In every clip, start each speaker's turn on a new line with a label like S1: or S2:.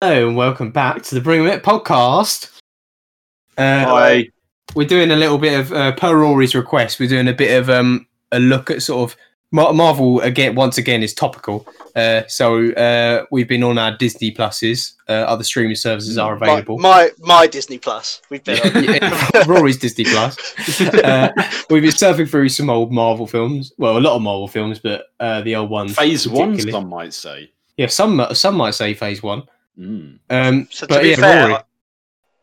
S1: Hello and welcome back to the Bring 'Em It podcast. Uh,
S2: I
S1: We're doing a little bit of uh, per Rory's request. We're doing a bit of um, a look at sort of Mar- Marvel again. Once again, is topical. Uh, so uh, we've been on our Disney pluses. Uh, other streaming services are
S2: my,
S1: available.
S2: my my Disney Plus. We've been on.
S1: Yeah, Rory's Disney Plus. Uh, we've been surfing through some old Marvel films. Well, a lot of Marvel films, but uh, the old ones.
S3: Phase one,
S1: particularly.
S3: some might say.
S1: Yeah, some some might say Phase One.
S3: Mm.
S1: Um,
S2: So to
S1: but
S2: be
S1: yeah,
S2: fair,
S1: Rory.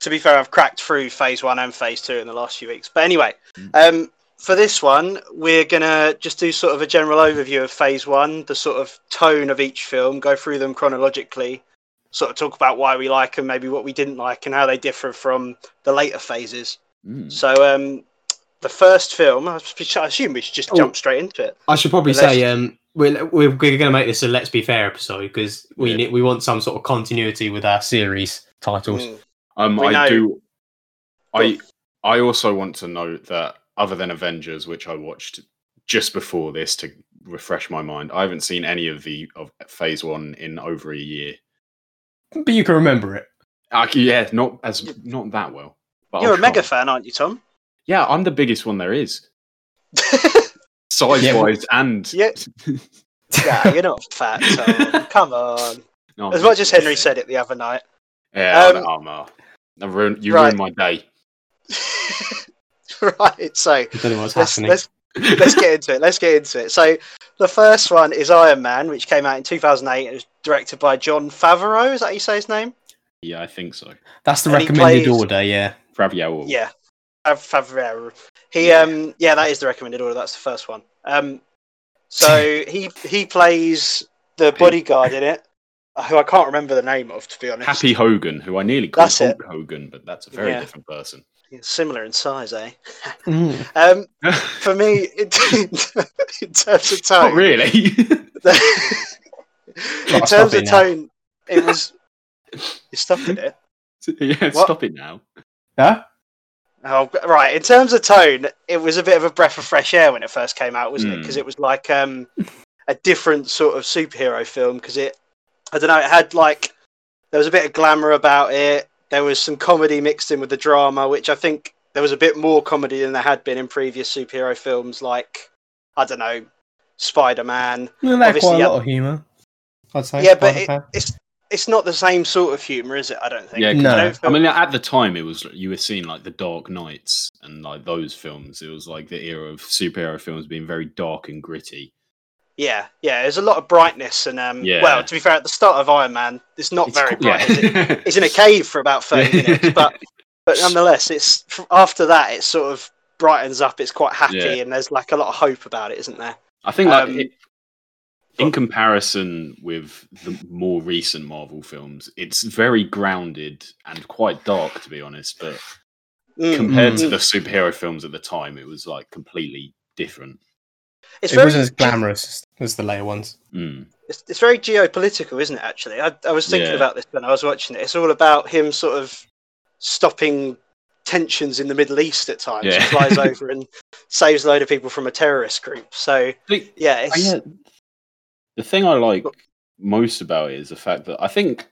S2: to be fair, I've cracked through phase one and phase two in the last few weeks. But anyway,
S1: Mm.
S2: um, for this one, we're gonna just do sort of a general overview of phase one, the sort of tone of each film, go through them chronologically, sort of talk about why we like and maybe what we didn't like and how they differ from the later phases.
S3: Mm.
S2: So um, the first film, I s- I assume we should just
S1: Oh.
S2: jump straight into it.
S1: I should probably
S2: But let's-
S1: say um, we're we're going to make this a let's be fair episode because we
S3: Yeah.
S1: need, we want some sort of continuity with our series titles.
S2: Mm.
S3: Um,
S2: We
S3: I
S2: know-
S3: do. I I also want to note that other than Avengers, which I watched just before this to refresh my mind, I haven't seen any of the of Phase One in over a year.
S2: Mm.
S1: But you can remember it.
S3: Uh, yeah, not as not that well. But
S2: You're
S3: I'll
S2: a mega
S3: try.
S2: fan, aren't you, Tom?
S3: Yeah, I'm the biggest one there is, size wise, and
S2: Yeah. yeah, you're not fat, Tom. Come on.
S3: No,
S2: As
S3: I'm-
S2: much as Henry said it the other night.
S3: Yeah,
S2: Um,
S3: that armor. I ruined, you
S2: right.
S3: ruined my day.
S2: right, so
S1: I don't know what's
S2: let's,
S1: happening.
S2: let's, let's get into it. Let's get into it. So the first one is Iron Man, which came out in 2008. It was directed by John Favreau. Is that how you say his name?
S3: Yeah, I think so.
S1: That's the
S2: and he
S1: recommended
S2: plays-
S1: order. Yeah.
S3: Fravio.
S2: Yeah. Fav- Favreau. He,
S3: Yeah.
S2: um, yeah, that is the recommended order. That's the first one. Um, so he he plays the bodyguard in it, who I can't remember the name of, to be honest.
S3: Happy Hogan, who I nearly called
S2: That's it.
S3: Hulk Hogan, but that's a very
S2: Yeah.
S3: different person.
S2: Similar in size, eh?
S1: Mm.
S2: Um,
S3: Not
S2: for me, in, in terms of tone,
S3: really.
S2: in
S1: Stop
S2: terms
S1: it
S2: of
S1: now.
S2: tone, it was. You're stopping it.
S3: yeah,
S2: What?
S3: stop it now.
S1: Huh?
S2: Oh, right. In terms of tone, it was a bit of a breath of fresh air when it first came out, wasn't it?
S3: Hmm.
S2: Because it was like um, a different sort of superhero film. Because it, I don't know, it had like there was a bit of glamour about it. There was some comedy mixed in with the drama, which I think there was a bit more comedy than there had been in previous superhero films, like I don't know, Spider Man.
S1: No, that's
S2: Obviously,
S1: quite a
S2: yeah.
S1: lot of humour. I'd say.
S2: Yeah, but it,
S1: Spider-Man.
S2: it's it's not the same sort of humor, is it? I don't think.
S3: Yeah, 'cause
S1: No.
S2: I don't
S3: I
S2: feel-
S3: mean, at the time, it was you were seeing like the Dark Knights and like those films. It was like the era of superhero films being very dark and gritty.
S2: yeah, yeah. There's a lot of brightness, and um,
S3: Yeah.
S2: well, to be fair, at the start of Iron Man, it's not
S3: It's
S2: very
S3: cool-
S2: bright. Is it?
S3: yeah.
S2: It's in a cave for about thirty minutes, but but nonetheless, it's f- after that, it sort of brightens up. It's quite happy,
S3: Yeah.
S2: and there's like a lot of hope about it, isn't there?
S3: I think like
S2: Um,
S3: it, in comparison with the more recent Marvel films, it's very grounded and quite dark, to be honest. But
S2: Mm.
S3: compared to
S2: Mm.
S3: the superhero films at the time, it was like completely different.
S2: It's
S1: it wasn't as glamorous as the later ones.
S3: Mm.
S2: it's, it's very geopolitical, isn't it? Actually, I, I was thinking
S3: Yeah.
S2: about this when I was watching it. It's all about him sort of stopping tensions in the Middle East at times.
S3: Yeah.
S2: He flies over and saves a load of people from a terrorist group. So yeah, it's,
S1: Oh,
S3: I, uh, the thing I like most about it is the fact that I think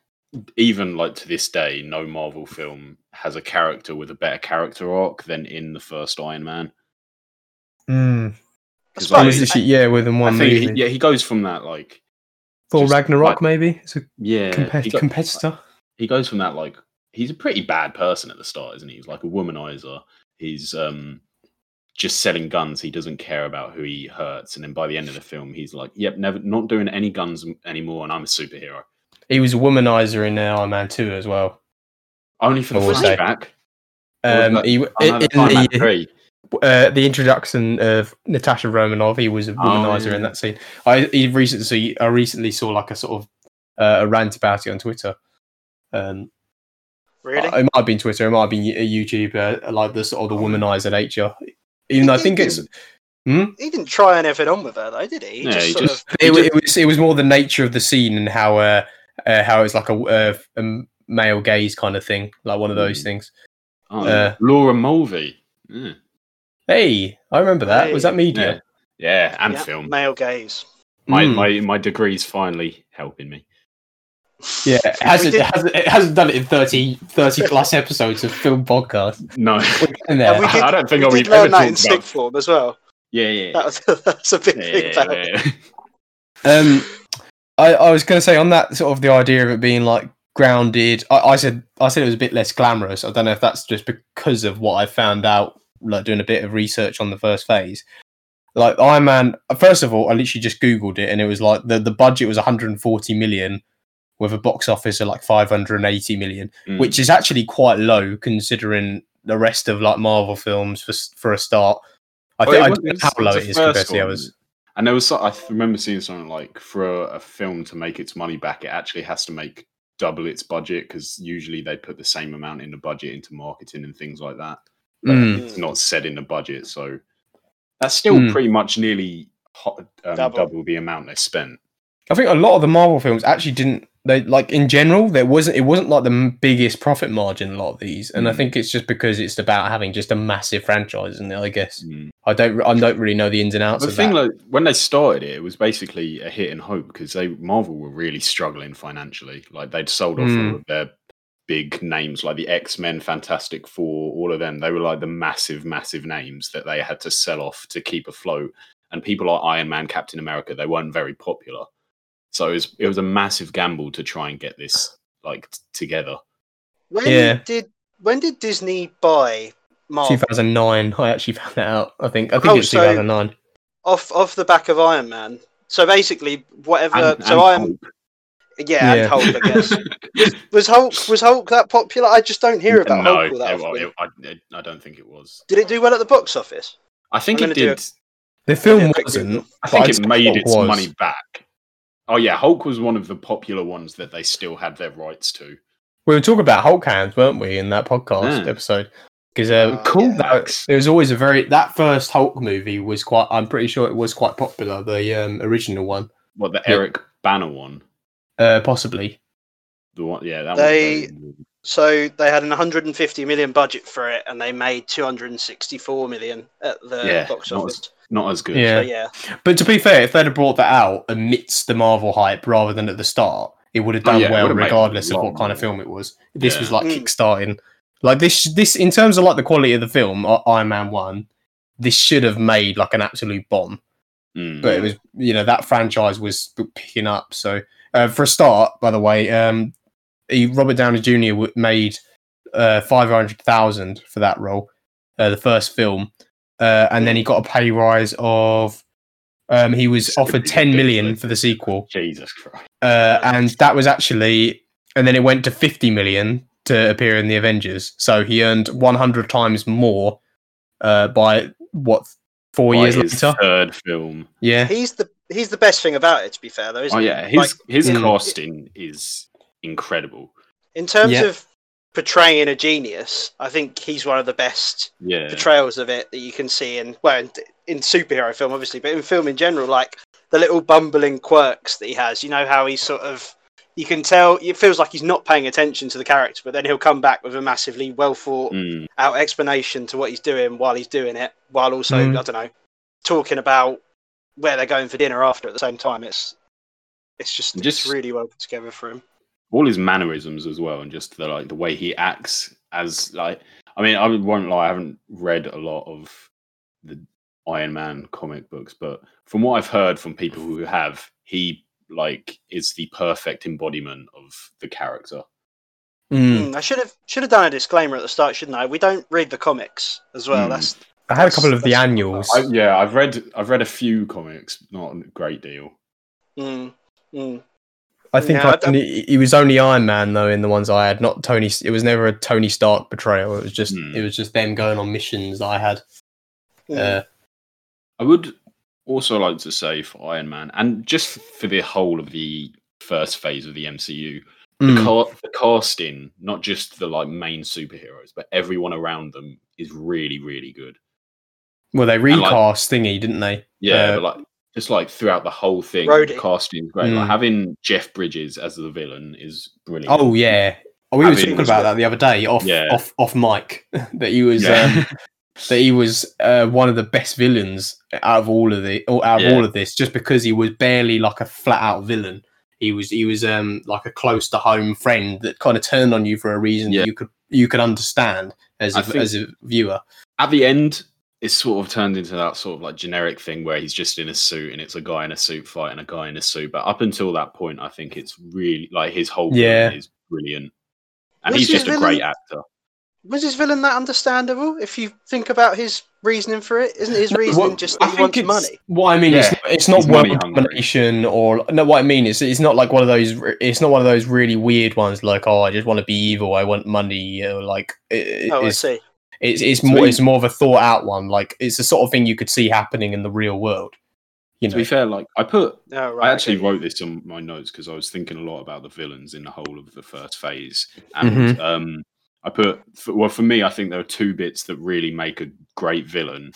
S3: even like to this day, no Marvel film has a character with a better character arc than in the first Iron Man.
S1: Mm.
S2: I
S3: Because
S2: suppose-
S1: It was literally yeah, within
S3: I
S1: one
S3: think he,
S1: movie.
S3: yeah, he goes from that like
S1: Thor
S3: just
S1: Ragnarok
S3: like-
S1: maybe. It's a
S3: yeah
S1: compet-
S3: he, go-
S1: competitor.
S3: he goes from that like he's a pretty bad person at the start, isn't he? He's like a womanizer. He's um just selling guns. He doesn't care about who he hurts. And then by the end of the film, he's like, "Yep, never not doing any guns m- anymore." And I'm a superhero.
S1: He was a womanizer in uh, Iron Man Two as well.
S3: Only for the
S1: What was that?
S3: flashback. Or
S1: Um,
S3: was that-
S1: he,
S3: Oh, no,
S1: in
S3: that's Iron Man
S1: the-
S3: 3.
S1: uh, the introduction of Natasha Romanov. He was a womanizer
S3: yeah.
S1: in that scene. I he recently I recently saw like a sort of uh, a rant about it on Twitter. Um,
S2: really.
S1: It might have been Twitter. It might have been a YouTuber like the sort of the womanizer nature. Even though I think it's
S2: he didn't try anything on with her though, did he? He
S3: Yeah,
S2: just
S3: he
S2: sort
S3: just-
S2: of
S1: it, wa- it was it was more the nature of the scene and how uh, uh how it's like a, uh, a male gaze kind of thing, like one of those
S3: Mm.
S1: things.
S3: Oh,
S1: Uh,
S3: Laura Mulvey. Yeah,
S1: Hey, I remember that. Was that media?
S3: yeah, yeah, and
S2: yeah, Mm.
S3: film.
S2: male gaze.
S3: My,
S1: Mm.
S3: my my degree's finally helping me.
S1: Yeah, it hasn't,
S2: did-
S1: it hasn't, it hasn't done it in 30, 30 plus episodes of film podcast.
S3: No,
S1: We're getting there.
S2: And we did-
S3: I don't think
S2: We
S3: I'll
S2: did
S3: be ever
S2: learn that in
S3: talked about.
S2: sixth form as well.
S3: Yeah, yeah,
S2: That was, that's a big
S3: yeah,
S2: thing
S3: yeah,
S2: about it.
S3: yeah, yeah.
S1: Um, I, I was going to say on that sort of the idea of it being like grounded. I, I said I said it was a bit less glamorous. I don't know if that's just because of what I found out, like doing a bit of research on the first phase. Like Iron Man, first of all, I literally just googled it, and it was like the the budget was 140 million, with a box office of like 580 million,
S3: Mm.
S1: which is actually quite low considering the rest of like Marvel films for s- for a start. I,
S3: Oh,
S1: think
S3: it
S1: I
S3: was-
S1: don't know
S3: it's-
S1: how
S3: it's
S1: low
S3: the
S1: it is compared
S3: first
S1: to the
S3: one.
S1: others.
S3: And there was, so- I th- remember seeing something like for a film to make its money back, it actually has to make double its budget because usually they put the same amount in the budget into marketing and things like that. But
S1: Mm.
S3: It's not said in the budget, so that's still
S1: Mm.
S3: pretty much nearly ho um, double.
S2: Double.
S3: the amount they spent.
S1: I think a lot of the Marvel films actually didn't. They like in general, there wasn't. It wasn't like the m- biggest profit margin. A lot of these, and I
S3: Mm.
S1: think it's just because it's about having just a massive franchise, and I guess
S3: Mm.
S1: I don't. I don't really know the ins and outs
S3: The
S1: of
S3: thing,
S1: that.
S3: like when they started it, it was basically a hit and hope because they Marvel were really struggling financially. Like they'd sold off
S1: Mm.
S3: all of their big names, like the X Men, Fantastic Four, all of them. They were like the massive, massive names that they had to sell off to keep afloat. And people like Iron Man, Captain America, they weren't very popular. So it was it was a massive gamble to try and get this like t- together.
S2: When
S1: Yeah.
S2: did when did Disney buy Marvel
S1: 2009. I actually found that out. I think. I think
S2: Oh,
S1: it's
S2: so-
S1: 2009.
S2: off off the back of Iron Man? So basically, whatever.
S3: And,
S2: Uh, so I'm
S3: and Hulk.
S1: Yeah.
S2: yeah, and Hulk, I guess. was Hulk was Hulk that popular? I just don't hear about
S3: no,
S2: Hulk all that
S3: it-
S2: often.
S3: it- I, it- I don't think it was.
S2: Did it do well at the box office?
S3: I think
S2: I'm gonna
S3: it
S2: do
S3: did.
S1: The film
S2: Yeah, quick
S1: wasn't.
S2: Google.
S3: I
S1: but I'd
S3: think
S1: say
S3: it made
S1: Hulk
S3: its
S1: was.
S3: money back. Oh yeah, Hulk was one of the popular ones that they still had their rights to.
S1: We were talking about Hulk hands, weren't we, in that podcast
S3: Yeah.
S1: episode? Because um,
S2: Uh,
S3: Cool.
S2: yeah.
S1: that, there was always a very that first Hulk movie was quite. I'm pretty sure it was quite popular. The um, original one,
S3: What the
S1: Yeah.
S3: Eric Banner one?
S1: uh, possibly.
S3: The one, yeah, that
S2: They-
S3: one. was-
S2: So they had an 150 million budget for it, and they made 264 million at the
S3: Yeah,
S2: box
S3: not
S2: office.
S3: Not as good.
S1: Yeah.
S2: So yeah,
S1: But to be fair, if they'd have brought that out amidst the Marvel hype rather than at the start, it would have
S3: Oh,
S1: done
S3: yeah, it
S1: well
S3: would have made a
S1: regardless of
S3: lot
S1: what kind of
S3: more.
S1: film it was. This was
S3: Yeah.
S1: like
S2: Mm.
S1: kickstarting, like this. This in terms of like the quality of the film, I- Iron Man One, this should have made like an absolute bomb.
S3: Mm.
S1: But it was, you know, that franchise was p- picking up. So uh, for a start, by the way, um, he, Robert Downey Jr. w- made uh, five hundred thousand for that role, uh, the first film, uh, and then he got a pay rise of. Um, he was
S3: Should
S1: offered
S3: be
S1: ten million
S3: ridiculous.
S1: for the sequel,
S3: Jesus Christ.
S1: uh, and that was actually, and then it went to fifty million to appear in the Avengers. So he earned one hundred times more uh, by what four years
S3: Like his
S1: later?
S3: third film.
S1: Yeah,
S2: he's the he's the best thing about it. To be fair, though, isn't
S3: Oh
S2: it?
S3: yeah, his
S2: Like-
S3: his
S1: Mm.
S3: casting is incredible.
S2: in terms
S1: Yeah.
S2: of portraying a genius, I think he's one of the best
S3: Yeah,
S2: portrayals of it that you can see in well in, in superhero film obviously but in film in general like the little bumbling quirks that he has you know how he's sort of you can tell it feels like he's not paying attention to the character but then he'll come back with a massively well thought
S3: Mm.
S2: out explanation to what he's doing while he's doing it while also
S1: Mm.
S2: i don't know talking about where they're going for dinner after at the same time it's it's just,
S3: Just-
S2: it's really well put together for him
S3: all his mannerisms as well, and just the like the way he acts as like. I mean, I won't lie, I haven't read a lot of the Iron Man comic books, but from what I've heard from people who have, he like is the perfect embodiment of the character.
S1: Mm.
S2: Mm, i should have should have done a disclaimer at the start shouldn't i we don't read the comics as well
S3: Mm.
S2: that's
S1: I had a
S2: That's-
S1: couple of the
S2: that's-
S1: annuals.
S3: I, yeah, I've read I've read a few comics, not a great deal.
S2: mm, mm.
S1: I think
S2: No, I
S1: I
S2: don't-
S1: he he was only Iron Man though in the ones I had, not Tony. It was never a Tony Stark portrayal. It was just
S3: Hmm.
S1: it was just them going on missions that I had.
S2: mm.
S1: Uh,
S3: I would also like to say for Iron Man, and just for the whole of the first phase of the MCU, the,
S1: mm,
S3: ca- the casting, not just the like main superheroes, but everyone around them is really, really good.
S1: well, they
S3: like-
S1: recast thingy, didn't they?
S3: Yeah,
S1: Uh,
S3: but like just like throughout the whole thing,
S2: Rhodey.
S3: the casting is great. Like,
S1: Mm.
S3: having Jeff Bridges as the villain is brilliant.
S1: Oh yeah. Oh, we were
S3: Having-
S1: talking about that the other day off
S3: Yeah.
S1: off off mic that he was
S3: Yeah.
S1: um, that he was uh, one of the best villains out of all of the or out of
S3: Yeah.
S1: all of this just because he was barely like a flat out villain. He He was he was um like a close to home friend that kind of turned on you for a reason
S3: Yeah.
S1: that you could you could understand as
S3: I
S1: a,
S3: think-
S1: as a viewer.
S3: At the end, it's sort of turned into that sort of like generic thing where he's just in a suit and it's a guy in a suit fighting a guy in a suit. But up until that point, I think it's really like his whole villain
S1: Yeah.
S3: is brilliant, and
S2: Was
S3: he's
S2: his
S3: just a great
S2: villain-
S3: actor.
S2: Was his villain that understandable? If you think about his reasoning for it, isn't his reasoning
S1: What-
S2: just
S1: I
S2: that he
S1: think
S2: wants
S1: it's-
S2: money?
S1: What I mean is,
S3: Yeah,
S1: it's not
S3: he's money
S1: world
S3: hungry.
S1: domination or no. What I mean is, it's not like one of those. It's not one of those really weird ones. Like, oh, I just want to be evil. I want money. Or like, it,
S2: Oh, I
S1: it's,
S2: see.
S1: it's it's
S3: To
S1: more
S3: be-
S1: it's more of a thought out one. Like, it's the sort of thing you could see happening in the real world. You
S3: To
S1: know,
S3: be fair, like I put
S2: Oh, right.
S3: I actually
S2: okay.
S3: wrote this on my notes because I was thinking a lot about the villains in the whole of the first phase, and
S1: Mhm.
S2: Mm-hmm.
S3: um, I put f well for me, I think there are two bits that really make a great villain,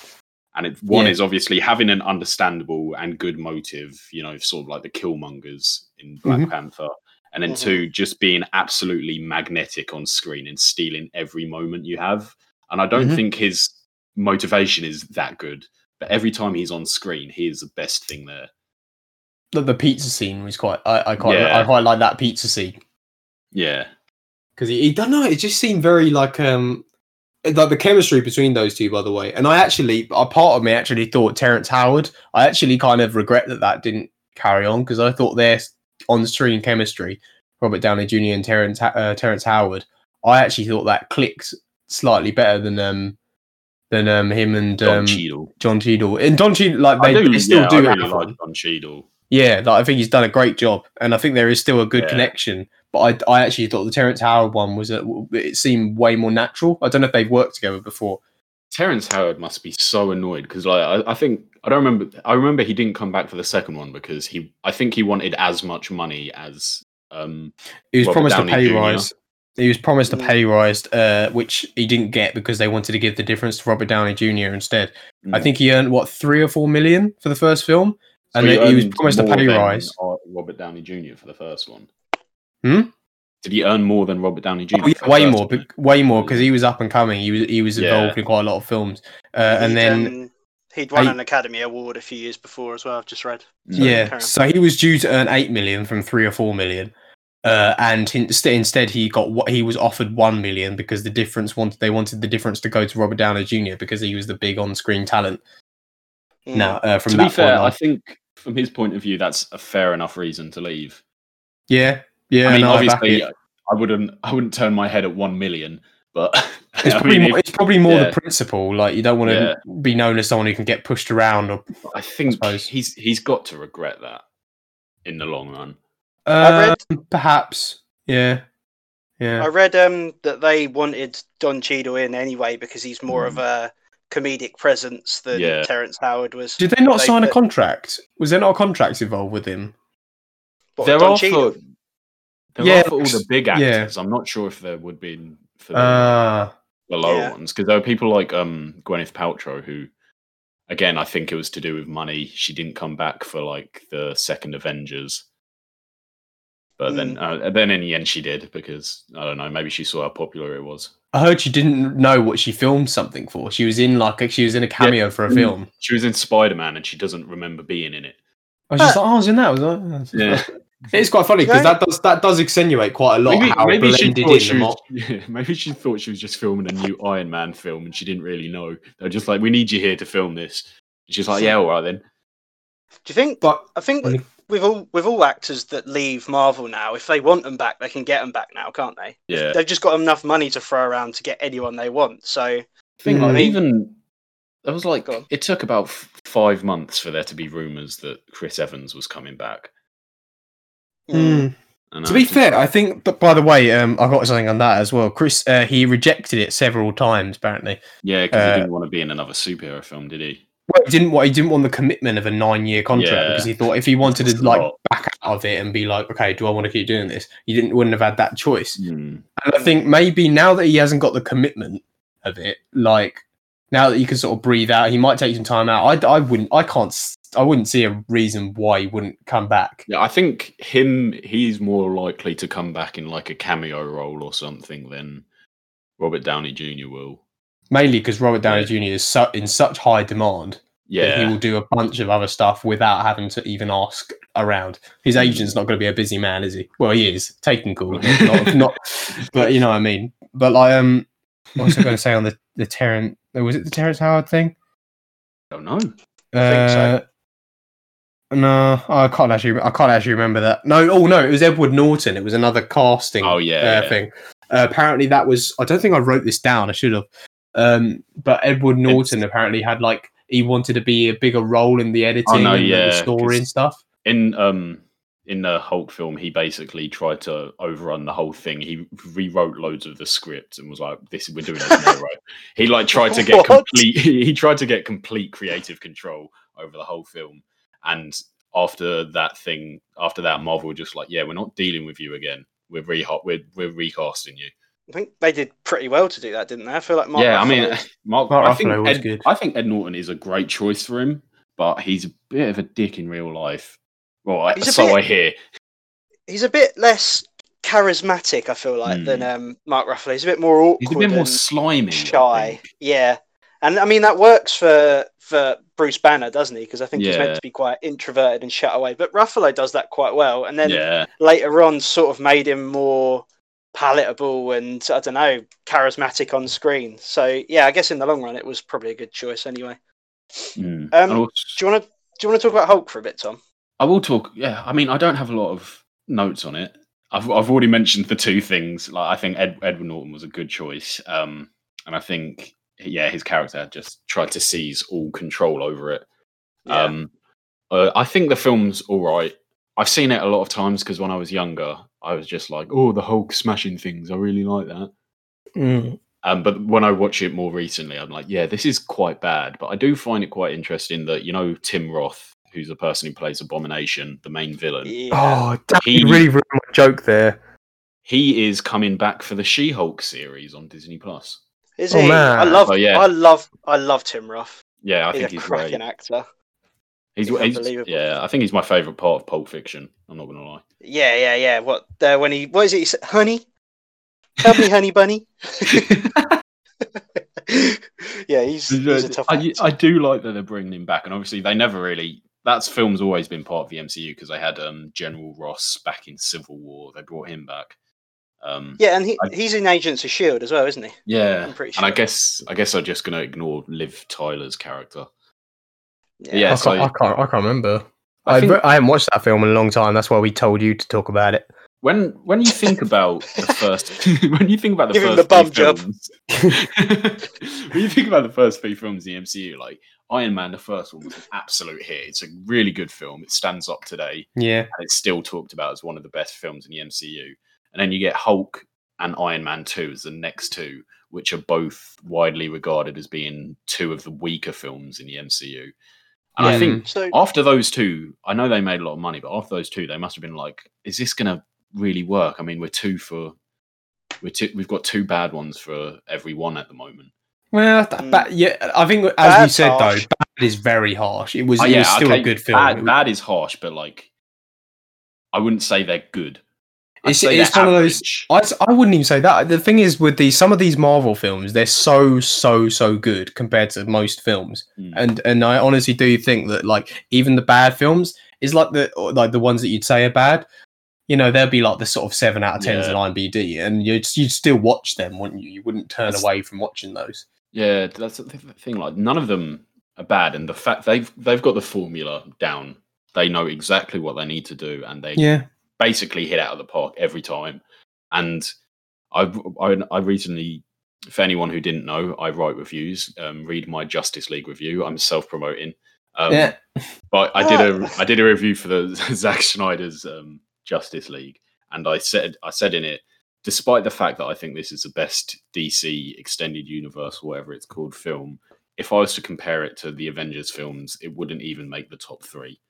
S3: and it, one
S1: Yeah.
S3: is obviously having an understandable and good motive, you know, sort of like the Killmongers in Black
S2: Mm-hmm.
S3: Panther, and then
S2: Mhm.
S3: two, just being absolutely magnetic on screen and stealing every moment you have, and I don't
S2: Mm-hmm.
S1: Mhm.
S3: think his motivation is that good, but every time he's on screen, he is the best thing there.
S1: the, the pizza scene was quite. I, I quite
S3: Yeah.
S1: I quite like that pizza scene.
S3: Yeah.
S1: because he, he don't know. It just seemed very like um like the chemistry between those two. By the way, and I actually a part of me actually thought Terrence Howard. I actually kind of regret that that didn't carry on because I thought their on-screen chemistry, Robert Downey Jr. and Terrence Ha- uh, Terrence Howard. I actually thought that clicked slightly better than um than um him and
S3: Don
S1: um,
S3: Cheadle.
S1: John Cheadle. And Don Cheadle, like
S3: I
S1: they,
S3: do,
S1: they still
S3: yeah,
S1: do
S3: I
S1: have
S3: really
S1: fun.
S3: like Don Cheadle.
S1: Yeah, like, I think he's done a great job, and I think there is still a good
S3: Yeah.
S1: connection. But I, I actually thought the Terrence Howard one was a, it seemed way more natural. I don't know if they've worked together before.
S3: Terrence Howard must be so annoyed because like I, I think I don't remember I remember he didn't come back for the second one because he I think he wanted as much money as um
S1: He was
S3: Robert
S1: promised
S3: Downey
S1: a pay
S3: Jr..
S1: rise. He was promised a
S2: Mm.
S1: pay rise, uh, which he didn't get because they wanted to give the difference to Robert Downey Jr. instead. I
S3: Mm.
S1: think he earned what three or four million for the first film,
S3: so
S1: and then he was
S3: earned
S1: promised a
S3: more
S1: pay
S3: than,
S1: rise.
S3: uh, Robert Downey Jr. for the first one.
S1: Hmm?
S3: Did he earn more than Robert Downey Jr.
S1: Oh, yeah,
S3: for the
S1: way
S3: first
S1: more,
S3: one?
S1: bec- way more, because he was up and coming. He was he was
S3: Mm. Yeah.
S1: involved in quite a lot of films, uh, and
S2: He'd,
S1: then.
S2: um, he'd won
S1: I-
S2: an Academy Award a few years before as well. I've just read.
S3: So-
S1: yeah,
S2: Karen.
S1: so he was due to earn eight million from three or four million, uh, and instead, instead he got what he was offered one million because the difference wanted they wanted the difference to go to Robert Downey Jr. because he was the big on screen talent.
S2: Mm.
S1: Now, uh, from
S3: to
S1: that
S3: be fair,
S1: point on,
S3: I think from his point of view, that's a fair enough reason to leave.
S1: yeah, yeah.
S3: I mean,
S1: no, back
S3: obviously,
S1: it.
S3: I, wouldn't. I wouldn't turn my head at one million, but
S1: it's
S3: I,
S1: probably
S3: mean,
S1: more,
S3: if-
S1: it's probably more
S3: yeah.
S1: the principle. Like you don't want to
S3: Yeah.
S1: be known as someone who can get pushed around or.
S3: I think
S1: suppose.
S3: he's he's got to regret that in the long run.
S2: I
S1: Uh, perhaps, yeah, yeah.
S2: I read um, that they wanted Don Cheadle in anyway because he's more of a comedic presence than
S3: Hmm. Yeah.
S2: Terrence Howard was.
S1: Did they not
S2: they-
S1: sign a
S2: they-
S1: contract? Was there not a contract involved with him?
S2: What,
S3: there
S2: Don
S3: are
S2: Cheadle?
S3: for, there
S1: Yeah,
S3: are for all the
S1: it's-
S3: big
S1: yeah.
S3: actors. I'm not sure if there would be for the,
S1: Ah.
S3: the lower
S2: yeah.
S3: ones because there are people like um Gwyneth Paltrow who. Again, I think it was to do with money. She didn't come back for like the second Avengers, but then
S2: Hmm.
S3: uh, then in the end she did because I don't know. Maybe she saw how popular it was.
S1: I heard she didn't know what she filmed something for. She was in like a, she was in a cameo for a
S3: Mm.
S1: film.
S3: She was in Spider Man and she doesn't remember being in it.
S1: I was just
S2: But-
S1: like, oh, I was in that. I was like, oh, that's- it's quite funny because
S2: Right.
S1: that does that does extenuate quite a lot
S3: maybe,
S1: how
S3: maybe she
S1: blended in
S3: thought she
S1: the
S3: was,
S1: mo-
S3: yeah, maybe she thought she was just filming a new Iron Man film and she didn't really know. They're just like, we need you here to film this. And she's like, yeah, all right then.
S2: Do you think?
S1: But
S2: I think
S1: Only-
S2: with all with all actors that leave Marvel now, if they want them back, they can get them back now, can't they?
S3: Yeah,
S2: They've just got enough money to throw around to get anyone they want. So
S3: I think
S1: Mm.
S3: like, even that was like
S2: Go on.
S3: it took about f- five months for there to be rumors that Chris Evans was coming back.
S1: Hmm.
S2: mm,
S3: And
S1: To
S3: I
S1: be
S3: just-
S1: fair, I think. But by the way, um, I got something on that as well. Chris, uh, he rejected it several times. Apparently,
S3: yeah, because
S1: uh,
S3: he didn't want to be in another superhero film, did he?
S1: well, he didn't want he didn't want the commitment of a nine year contract
S3: Yeah.
S1: because he thought if he wanted
S3: That's
S1: to
S3: a
S1: like
S3: lot.
S1: back out of it and be like, okay, do I want to keep doing this? He didn't wouldn't have had that choice.
S3: Mm.
S1: And I think maybe now that he hasn't got the commitment of it, like now that he can sort of breathe out, he might take some time out. I, I wouldn't, I can't, s- I wouldn't see a reason why he wouldn't come back.
S3: Yeah, I think him he's more likely to come back in like a cameo role or something than Robert Downey Jr. will.
S1: Mainly because Robert Downey Jr. is su- in such high demand that he
S3: Yeah,
S1: will do a bunch of other stuff without having to even ask around. His
S3: Mm.
S1: agent's not going to be a busy man, is he? Well, he is taking calls, not, not, not- but you know what I mean. But like, um, what was I going to say on the the Terrence? Was it the Terrence Howard thing?
S3: don't know.
S2: think so.
S1: Uh, No, I can't actually. I can't actually remember that. No, oh no, it was Edward Norton. It was another casting.
S3: Oh, yeah,
S1: uh,
S3: yeah.
S1: thing. Uh, apparently, that was. I don't think I wrote this down. I should have. Um, but Edward Norton apparently had like he wanted to be a bigger role in the editing,
S3: Oh, no,
S1: and
S3: yeah,
S1: the story
S3: 'cause-
S1: and stuff.
S3: in um in the Hulk film, he basically tried to overrun the whole thing. He rewrote loads of the script and was like, "This we're doing this now, right?" He like tried to get
S2: What?
S3: complete. He tried to get complete creative control over the whole film. And after that thing, after that, Marvel were just like, "Yeah, we're not dealing with you again. We're reho- we're, we're recasting you."
S2: I think they did pretty well to do that, didn't they? I feel like Mark
S3: yeah, I
S2: Ruffalo-
S3: mean, Mark.
S1: Mark
S3: I think
S1: Ruffalo was
S3: Ed,
S1: good.
S3: I think Ed Norton is a great choice for him, but he's a bit of a dick in real life. Well, I,
S2: He's a
S3: so
S2: bit-
S3: I hear.
S2: he's a bit less charismatic. I feel like than um, Mark Ruffalo. He's a bit more awkward.
S3: Hmm. He's a bit more
S2: and-
S3: slimy, I
S2: shy.
S3: think.
S2: Yeah, and I mean that works for for Bruce Banner, doesn't he? Because I think he's
S3: Yeah.
S2: meant to be quite introverted and shut away. But Ruffalo does that quite well, and then
S3: yeah,
S2: later on, sort of made him more palatable and I don't know, charismatic on screen. So yeah, I guess in the long run, it was probably a good choice anyway.
S3: Mm.
S2: Um,
S3: I, will,
S2: Do you want to do you want to talk about Hulk for a bit, Tom?
S3: I will talk. Yeah, I mean, I don't have a lot of notes on it. I've I've already mentioned the two things. Like, I think Ed, Edward Norton was a good choice, um, and I think yeah, his character just tried to seize all control over it.
S2: Yeah.
S3: Um, uh, I think the film's all right. I've seen it a lot of times because when I was younger, I was just like, "Oh, the Hulk smashing things. I really like that."
S1: Mm.
S3: Um, but when I watch it more recently, I'm like, yeah, this is quite bad. But I do find it quite interesting that you know Tim Roth, who's the person who plays Abomination, the main villain,
S2: yeah.
S1: Oh, that
S3: He-
S1: really ruined my joke there.
S3: he is coming back for the She-Hulk series on Disney Plus.
S2: Is
S1: oh,
S2: he? I
S1: man.
S2: love.
S3: Oh, yeah.
S2: I love. I love Tim Roth.
S3: Yeah, I
S2: he's
S3: think
S2: a
S3: he's
S2: cracking
S3: great.
S2: actor.
S3: He's,
S2: He's
S3: he's-
S2: unbelievable.
S3: yeah, I think he's my favorite part of Pulp Fiction. I'm not gonna lie.
S2: Yeah, yeah, yeah. What uh, when he what is it? He said, honey, tell me, honey bunny. yeah, he's, he's a tough.
S3: I,
S2: actor.
S3: I do like that they're bringing him back, and obviously they never really. That's film's always been part of the MCU because they had um, General Ross back in Civil War. They brought him back. Um,
S2: yeah, and he,
S3: I-
S2: he's in Agents of Shield E as well, isn't he?
S3: yeah,
S2: I'm pretty sure.
S3: And I guess I guess I'm just gonna ignore Liv Tyler's character.
S2: yeah,
S3: yeah.
S1: I,
S3: so-
S1: can't, I can't. I can't remember.
S3: I
S1: I,
S3: think-
S1: re- I haven't watched that film in a long time. That's why we told you to talk about it.
S3: When when you think about the first when you think about the
S2: Give him the
S3: first
S2: bum
S3: three
S2: job.
S3: films, when you think about the first three films in the MCU, like Iron Man, the first one was an absolute hit. It's a really good film. It stands up today,
S1: Yeah,
S3: and it's still talked about as one of the best films in the MCU. And then you get Hulk and Iron Man Two as the next two, which are both widely regarded as being two of the weaker films in the MCU. And I
S1: Yeah.
S3: think
S2: So
S3: after those two, I know they made a lot of money, but after those two, they must have been like, "Is this going to really work?" I mean, we're two for we're two, we've got two bad ones for every one at the moment.
S1: Well, that,
S2: Mm.
S1: that- yeah, I think as you
S2: Bad's
S1: said though,
S2: harsh.
S1: bad is very harsh. It was,
S3: Oh,
S1: it
S3: yeah,
S1: was still
S3: okay,
S1: a good film.
S3: Bad,
S1: It-
S3: bad is harsh, but like, I wouldn't say they're good. I'd
S1: It's-
S3: say they're
S1: it's one of those-
S3: average.
S1: I, s- I wouldn't even say that. The thing is, with these some of these Marvel films, they're so so so good compared to most films,
S3: Mm.
S1: and and I honestly do think that like even the bad films is like the or, like the ones that you'd say are bad. You know, they'll be like the sort of seven out of tens
S3: Yeah.
S1: in IMDb, and you'd you'd still watch them, wouldn't you? You wouldn't turn
S3: That's-
S1: away from watching those.
S3: Yeah, that's the th- thing. Like, none of them are bad, and the fact they've they've got the formula down. They know exactly what they need to do, and they
S1: Yeah,
S3: basically hit out of the park every time. And I've, I, I recently, for anyone who didn't know, I write reviews. Um, read my Justice League review. I'm self promoting. Um,
S1: yeah.
S3: But I did a
S2: Ah.
S3: I did a review for the Zack Snyder's um, Justice League, and I said I said in it, despite the fact that I think this is the best DC extended universe, whatever it's called, film. If I was to compare it to the Avengers films, it wouldn't even make the top three.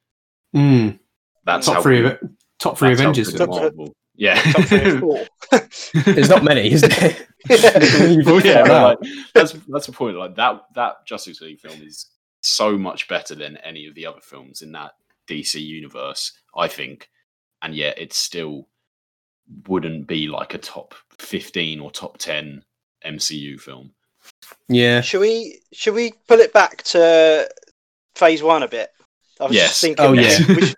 S1: Mm.
S3: That's
S1: Top
S3: how
S1: three,
S3: good-
S1: of, top three
S3: that's how
S1: Avengers.
S3: good
S1: films.
S2: Top three.
S3: Marvel- Yeah,
S2: top three of four.
S1: There's not many, is there? You've
S3: well,
S1: got
S3: yeah,
S1: that.
S3: like, that's that's the point. Like that that Justice League film is so much better than any of the other films in that DC universe, I think. And yet, it still wouldn't be like a top fifteen or top ten MCU film.
S1: yeah.
S2: should we should we pull it back to Phase One a bit. I was
S3: Yes.
S2: just thinking.
S1: Oh,
S2: we
S1: yeah.
S2: should- we should,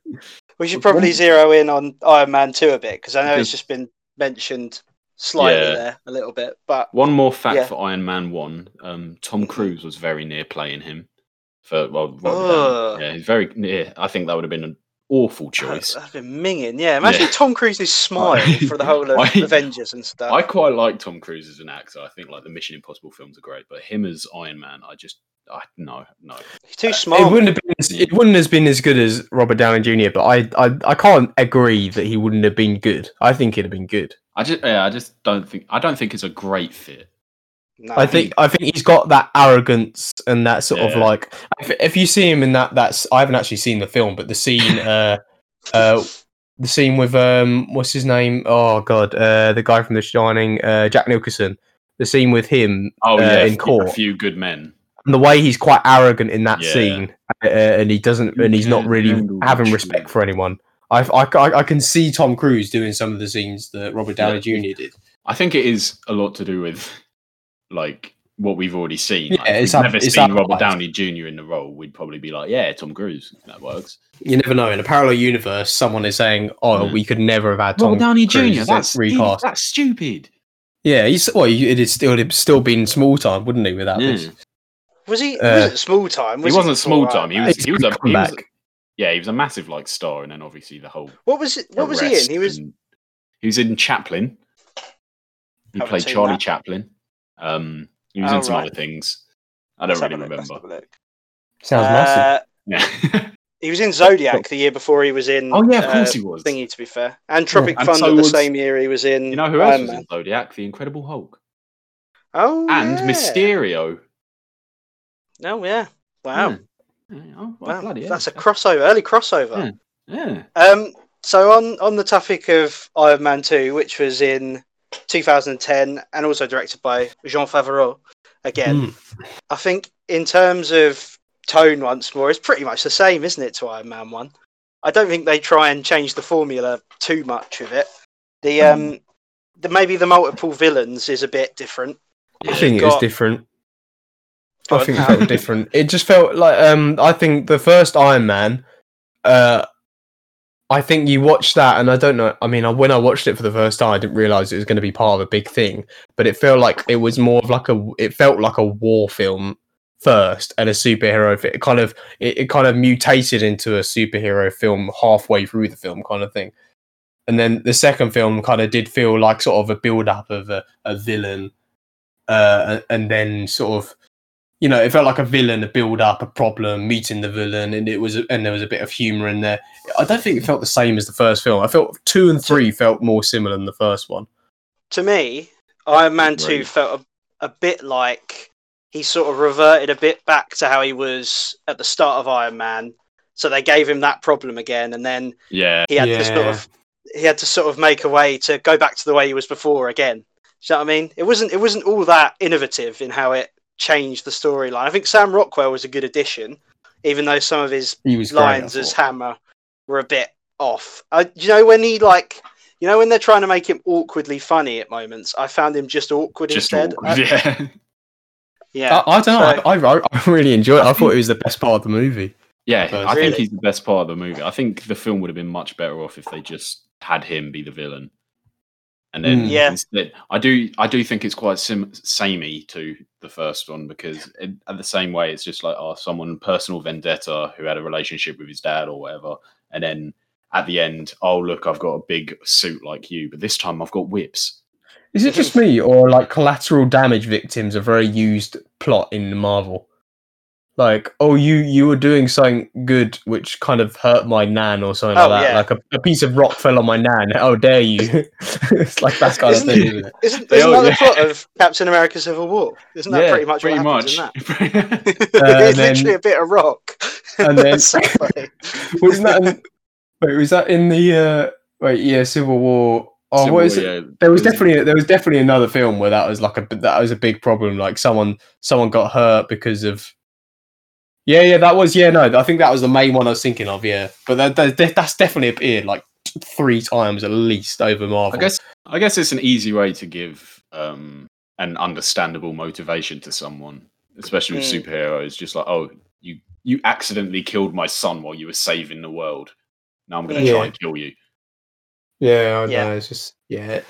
S2: we should probably zero in on Iron Man Two a bit because I know it's just been mentioned slightly
S3: Yeah.
S2: there a little bit, but
S3: One more fact
S2: Yeah. Mm-hmm.
S3: for Iron Man One: um, Tom Cruise was very near playing him. For well,
S2: Ugh.
S3: well done. yeah, he's very near. I think that would have been an awful choice.
S2: I've been minging. Yeah, imagine
S3: Yeah.
S2: Tom Cruise's smile for the whole of
S3: I-
S2: Avengers and stuff.
S3: I quite like Tom Cruise as an actor. I think like the Mission Impossible films are great, but him as Iron Man, I just I no no.
S2: He's too
S1: It
S2: smart.
S1: wouldn't have been. As, it wouldn't have been as good as Robert Downey Jr. But I, I, I can't agree that he wouldn't have been good. I think he'd have been good.
S3: I just yeah, I just don't think I don't think it's a great fit.
S2: No.
S1: I think. I think he's got that arrogance and that sort of
S3: Yeah.
S1: like. If, if you see him in that, that's. I haven't actually seen the film, but the scene. Uh, uh, the scene with um, what's his name? Oh God, uh, the guy from The Shining, uh, Jack Nicholson. The scene with him
S3: Oh
S1: Uh,
S3: yeah,
S1: in
S3: a few-
S1: court.
S3: a few good men.
S1: and the way he's quite arrogant in that
S3: Yeah.
S1: scene, uh, and he doesn't, and he's not
S3: Yeah,
S1: really
S3: handle
S1: having
S3: the
S1: respect
S3: truth.
S1: for anyone. I, I, I- I can see Tom Cruise doing some of the scenes that Robert Downey Jr. did.
S3: I think it is a lot to do with like what we've already seen. Like,
S1: Yeah,
S3: if
S1: it's
S3: we've
S1: ad-
S3: never
S1: it's
S3: seen Robert
S1: advertised.
S3: Downey Jr. in the role. We'd probably be like, yeah, Tom Cruise. That works.
S1: You never know. In a parallel universe, someone is saying, "Oh,
S3: Yeah.
S1: we could never have had Tom Cruise as recast."
S3: that's stupid.
S1: Yeah, he's well. It is still it'd still been small time, wouldn't he? Without
S3: Yeah.
S1: this,
S2: was he?
S1: uh,
S2: was it small time? Was
S3: he wasn't small
S2: before
S3: time. He
S2: Iron
S3: was.
S1: It's
S3: He was a.
S1: good
S3: He was,
S1: comeback.
S3: yeah, he was a massive like star, and then obviously the whole.
S2: Man? What was it? What was he in?
S3: arrest
S2: He was.
S3: and- he was in Chaplin. He
S2: Haven't
S3: played
S2: seen
S3: Charlie
S2: that.
S3: Chaplin. Um, he was
S2: Oh,
S3: in some
S2: right.
S3: other things. I don't
S2: let's have
S3: really
S2: a look, let's
S3: remember.
S2: have a look.
S1: sounds massive.
S2: Uh,
S3: Yeah.
S2: he was in Zodiac the year before he was in.
S3: oh yeah, of course
S2: uh,
S3: he was.
S2: Thingy to be fair, and Tropic
S3: And
S2: Thunder
S3: so
S2: the
S3: was-
S2: same year he was in.
S3: You know who else
S2: Iron
S3: was
S2: Man.
S3: in Zodiac? The Incredible Hulk
S2: Oh,
S3: and
S2: yeah.
S3: Mysterio.
S2: Oh yeah, wow,
S3: Yeah. Yeah, Hmm. oh, well,
S2: wow,
S3: bloody hell.
S2: that's a crossover, early crossover.
S3: Yeah. Yeah.
S2: Um, so on on the topic of Iron Man Two, which was in 2010 and also directed by Jean Favreau,
S3: Hmm.
S2: again,
S1: Mm.
S2: I think in terms of tone, once more, it's pretty much the same, isn't it, to Iron Man One? I don't think they try and change the formula too much with it.
S3: Hmm.
S2: The um, the maybe the multiple villains is a bit different.
S1: I think it was
S2: got-
S1: different.
S2: Go
S1: I
S2: on,
S1: think it
S2: Aaron.
S1: felt different. It just felt like um I think the first Iron Man, uh I think you watched that and I don't know I mean I, when I watched it for the first time I didn't realise it was gonna be part of a big thing. But it felt like it was more of like a it felt like a war film first and a superhero fi- it kind of it, it kind of mutated into a superhero film halfway through the film kind of thing. And then the second film kind of did feel like sort of a build up of a, a villain uh and then sort of you know, it felt like a villain, a build up, a problem, meeting the villain, and it was, and there was a bit of humor in there. I don't think it felt the same as the first film. I felt two and three felt more similar than the first one.
S2: to me, Iron Man Two
S3: Agreed.
S2: felt a, a bit like he sort of reverted a bit back to how he was at the start of Iron Man. So they gave him that problem again, and then
S3: Yeah.
S2: he had to sort of he had to sort of make a way to go back to the way he was before again. Do you know what I mean? It wasn't it wasn't all that innovative in how it changed the storyline. I think Sam Rockwell was a good addition, even though some of his
S1: He was great, I
S2: lines as
S1: thought.
S2: Hammer were a bit off. I, you know when he like, you know when they're trying to make him awkwardly funny at moments. I found him just awkward
S3: Just
S2: instead.
S3: awkward.
S2: I-
S3: yeah.
S2: yeah,
S1: I, I don't know. I, I, I really enjoyed it. I thought it was the best part of the movie.
S3: Yeah,
S1: But-
S3: I
S2: Really?
S3: think he's the best part of the movie. I think the film would have been much better off if they just had him be the villain. And then
S1: Mm.
S2: Yeah.
S3: instead- I do I do think it's quite sim- samey to the first one because it, at the same way it's just like oh someone personal vendetta who had a relationship with his dad or whatever and then at the end oh look I've got a big suit like you but this time I've got whips.
S1: Is it just me, or like collateral damage victims are very used plot in Marvel? Like, oh, you you were doing something good, which kind of hurt my nan, or something
S2: Oh,
S1: like that.
S2: yeah.
S1: Like a, a piece of rock fell on my nan. How dare you? it's like that kind of
S2: Isn't
S1: thing.
S3: it-
S1: Isn't it?
S2: isn't,
S3: they
S2: isn't that
S3: are,
S2: the
S3: yeah.
S2: plot of Captain America: Civil War? Isn't that
S3: Yeah,
S2: pretty much
S3: pretty
S2: what
S3: much.
S2: happens in that?
S1: Uh,
S2: it's
S1: then-
S2: literally a bit of rock.
S1: And then
S2: That's so funny.
S1: wasn't that? In, wait, was that in the? Uh, wait, yeah, Civil War. Oh,
S3: Civil
S1: what is
S3: War,
S1: it?
S3: yeah,
S1: There was
S3: Civil-
S1: definitely there was definitely another film where that was like a that was a big problem. Like someone someone got hurt because of. Yeah, yeah, that was yeah. No, I think that was the main one I was thinking of. Yeah, but that, that that's definitely appeared like three times at least over Marvel.
S3: I guess I guess it's an easy way to give um, an understandable motivation to someone, especially with
S2: Mm.
S3: superheroes. Just like, oh, you you accidentally killed my son while you were saving the world. Now I'm going to
S1: Yeah.
S3: try and kill you.
S1: Yeah, I
S2: Yeah.
S1: know. It's just yeah.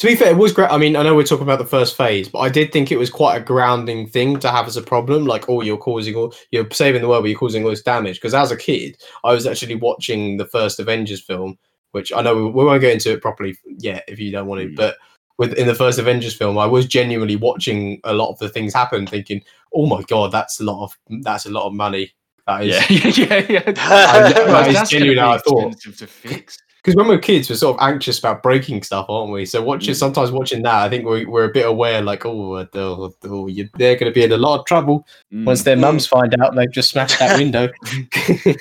S1: To be fair, it was great. I mean, I know we're talking about the first phase, but I did think it was quite a grounding thing to have as a problem. Like, oh, you're causing all, you're saving the world, but you're causing all this damage. Because as a kid, I was actually watching the first Avengers film, which I know we, we won't get into it properly yet if you don't want to.
S3: Mm.
S1: But with in the first Avengers film, I was genuinely watching a lot of the things happen, thinking, oh my god, that's a lot of that's a lot of money. That is
S3: Yeah, yeah, yeah.
S1: I-
S3: Like,
S1: that is
S3: that's gonna
S1: genuinely
S3: be
S1: how I thought.
S3: expensive to fix.
S1: because when we're kids, we're sort of anxious about breaking stuff, aren't we? So watching
S3: Mm.
S1: sometimes watching that, I think we're, we're a bit aware, like, oh, uh, they'll- they'll- you- they're going to be in a lot of trouble
S3: Mm.
S1: once their
S2: Mm.
S1: mums find out they've just smashed that window. I,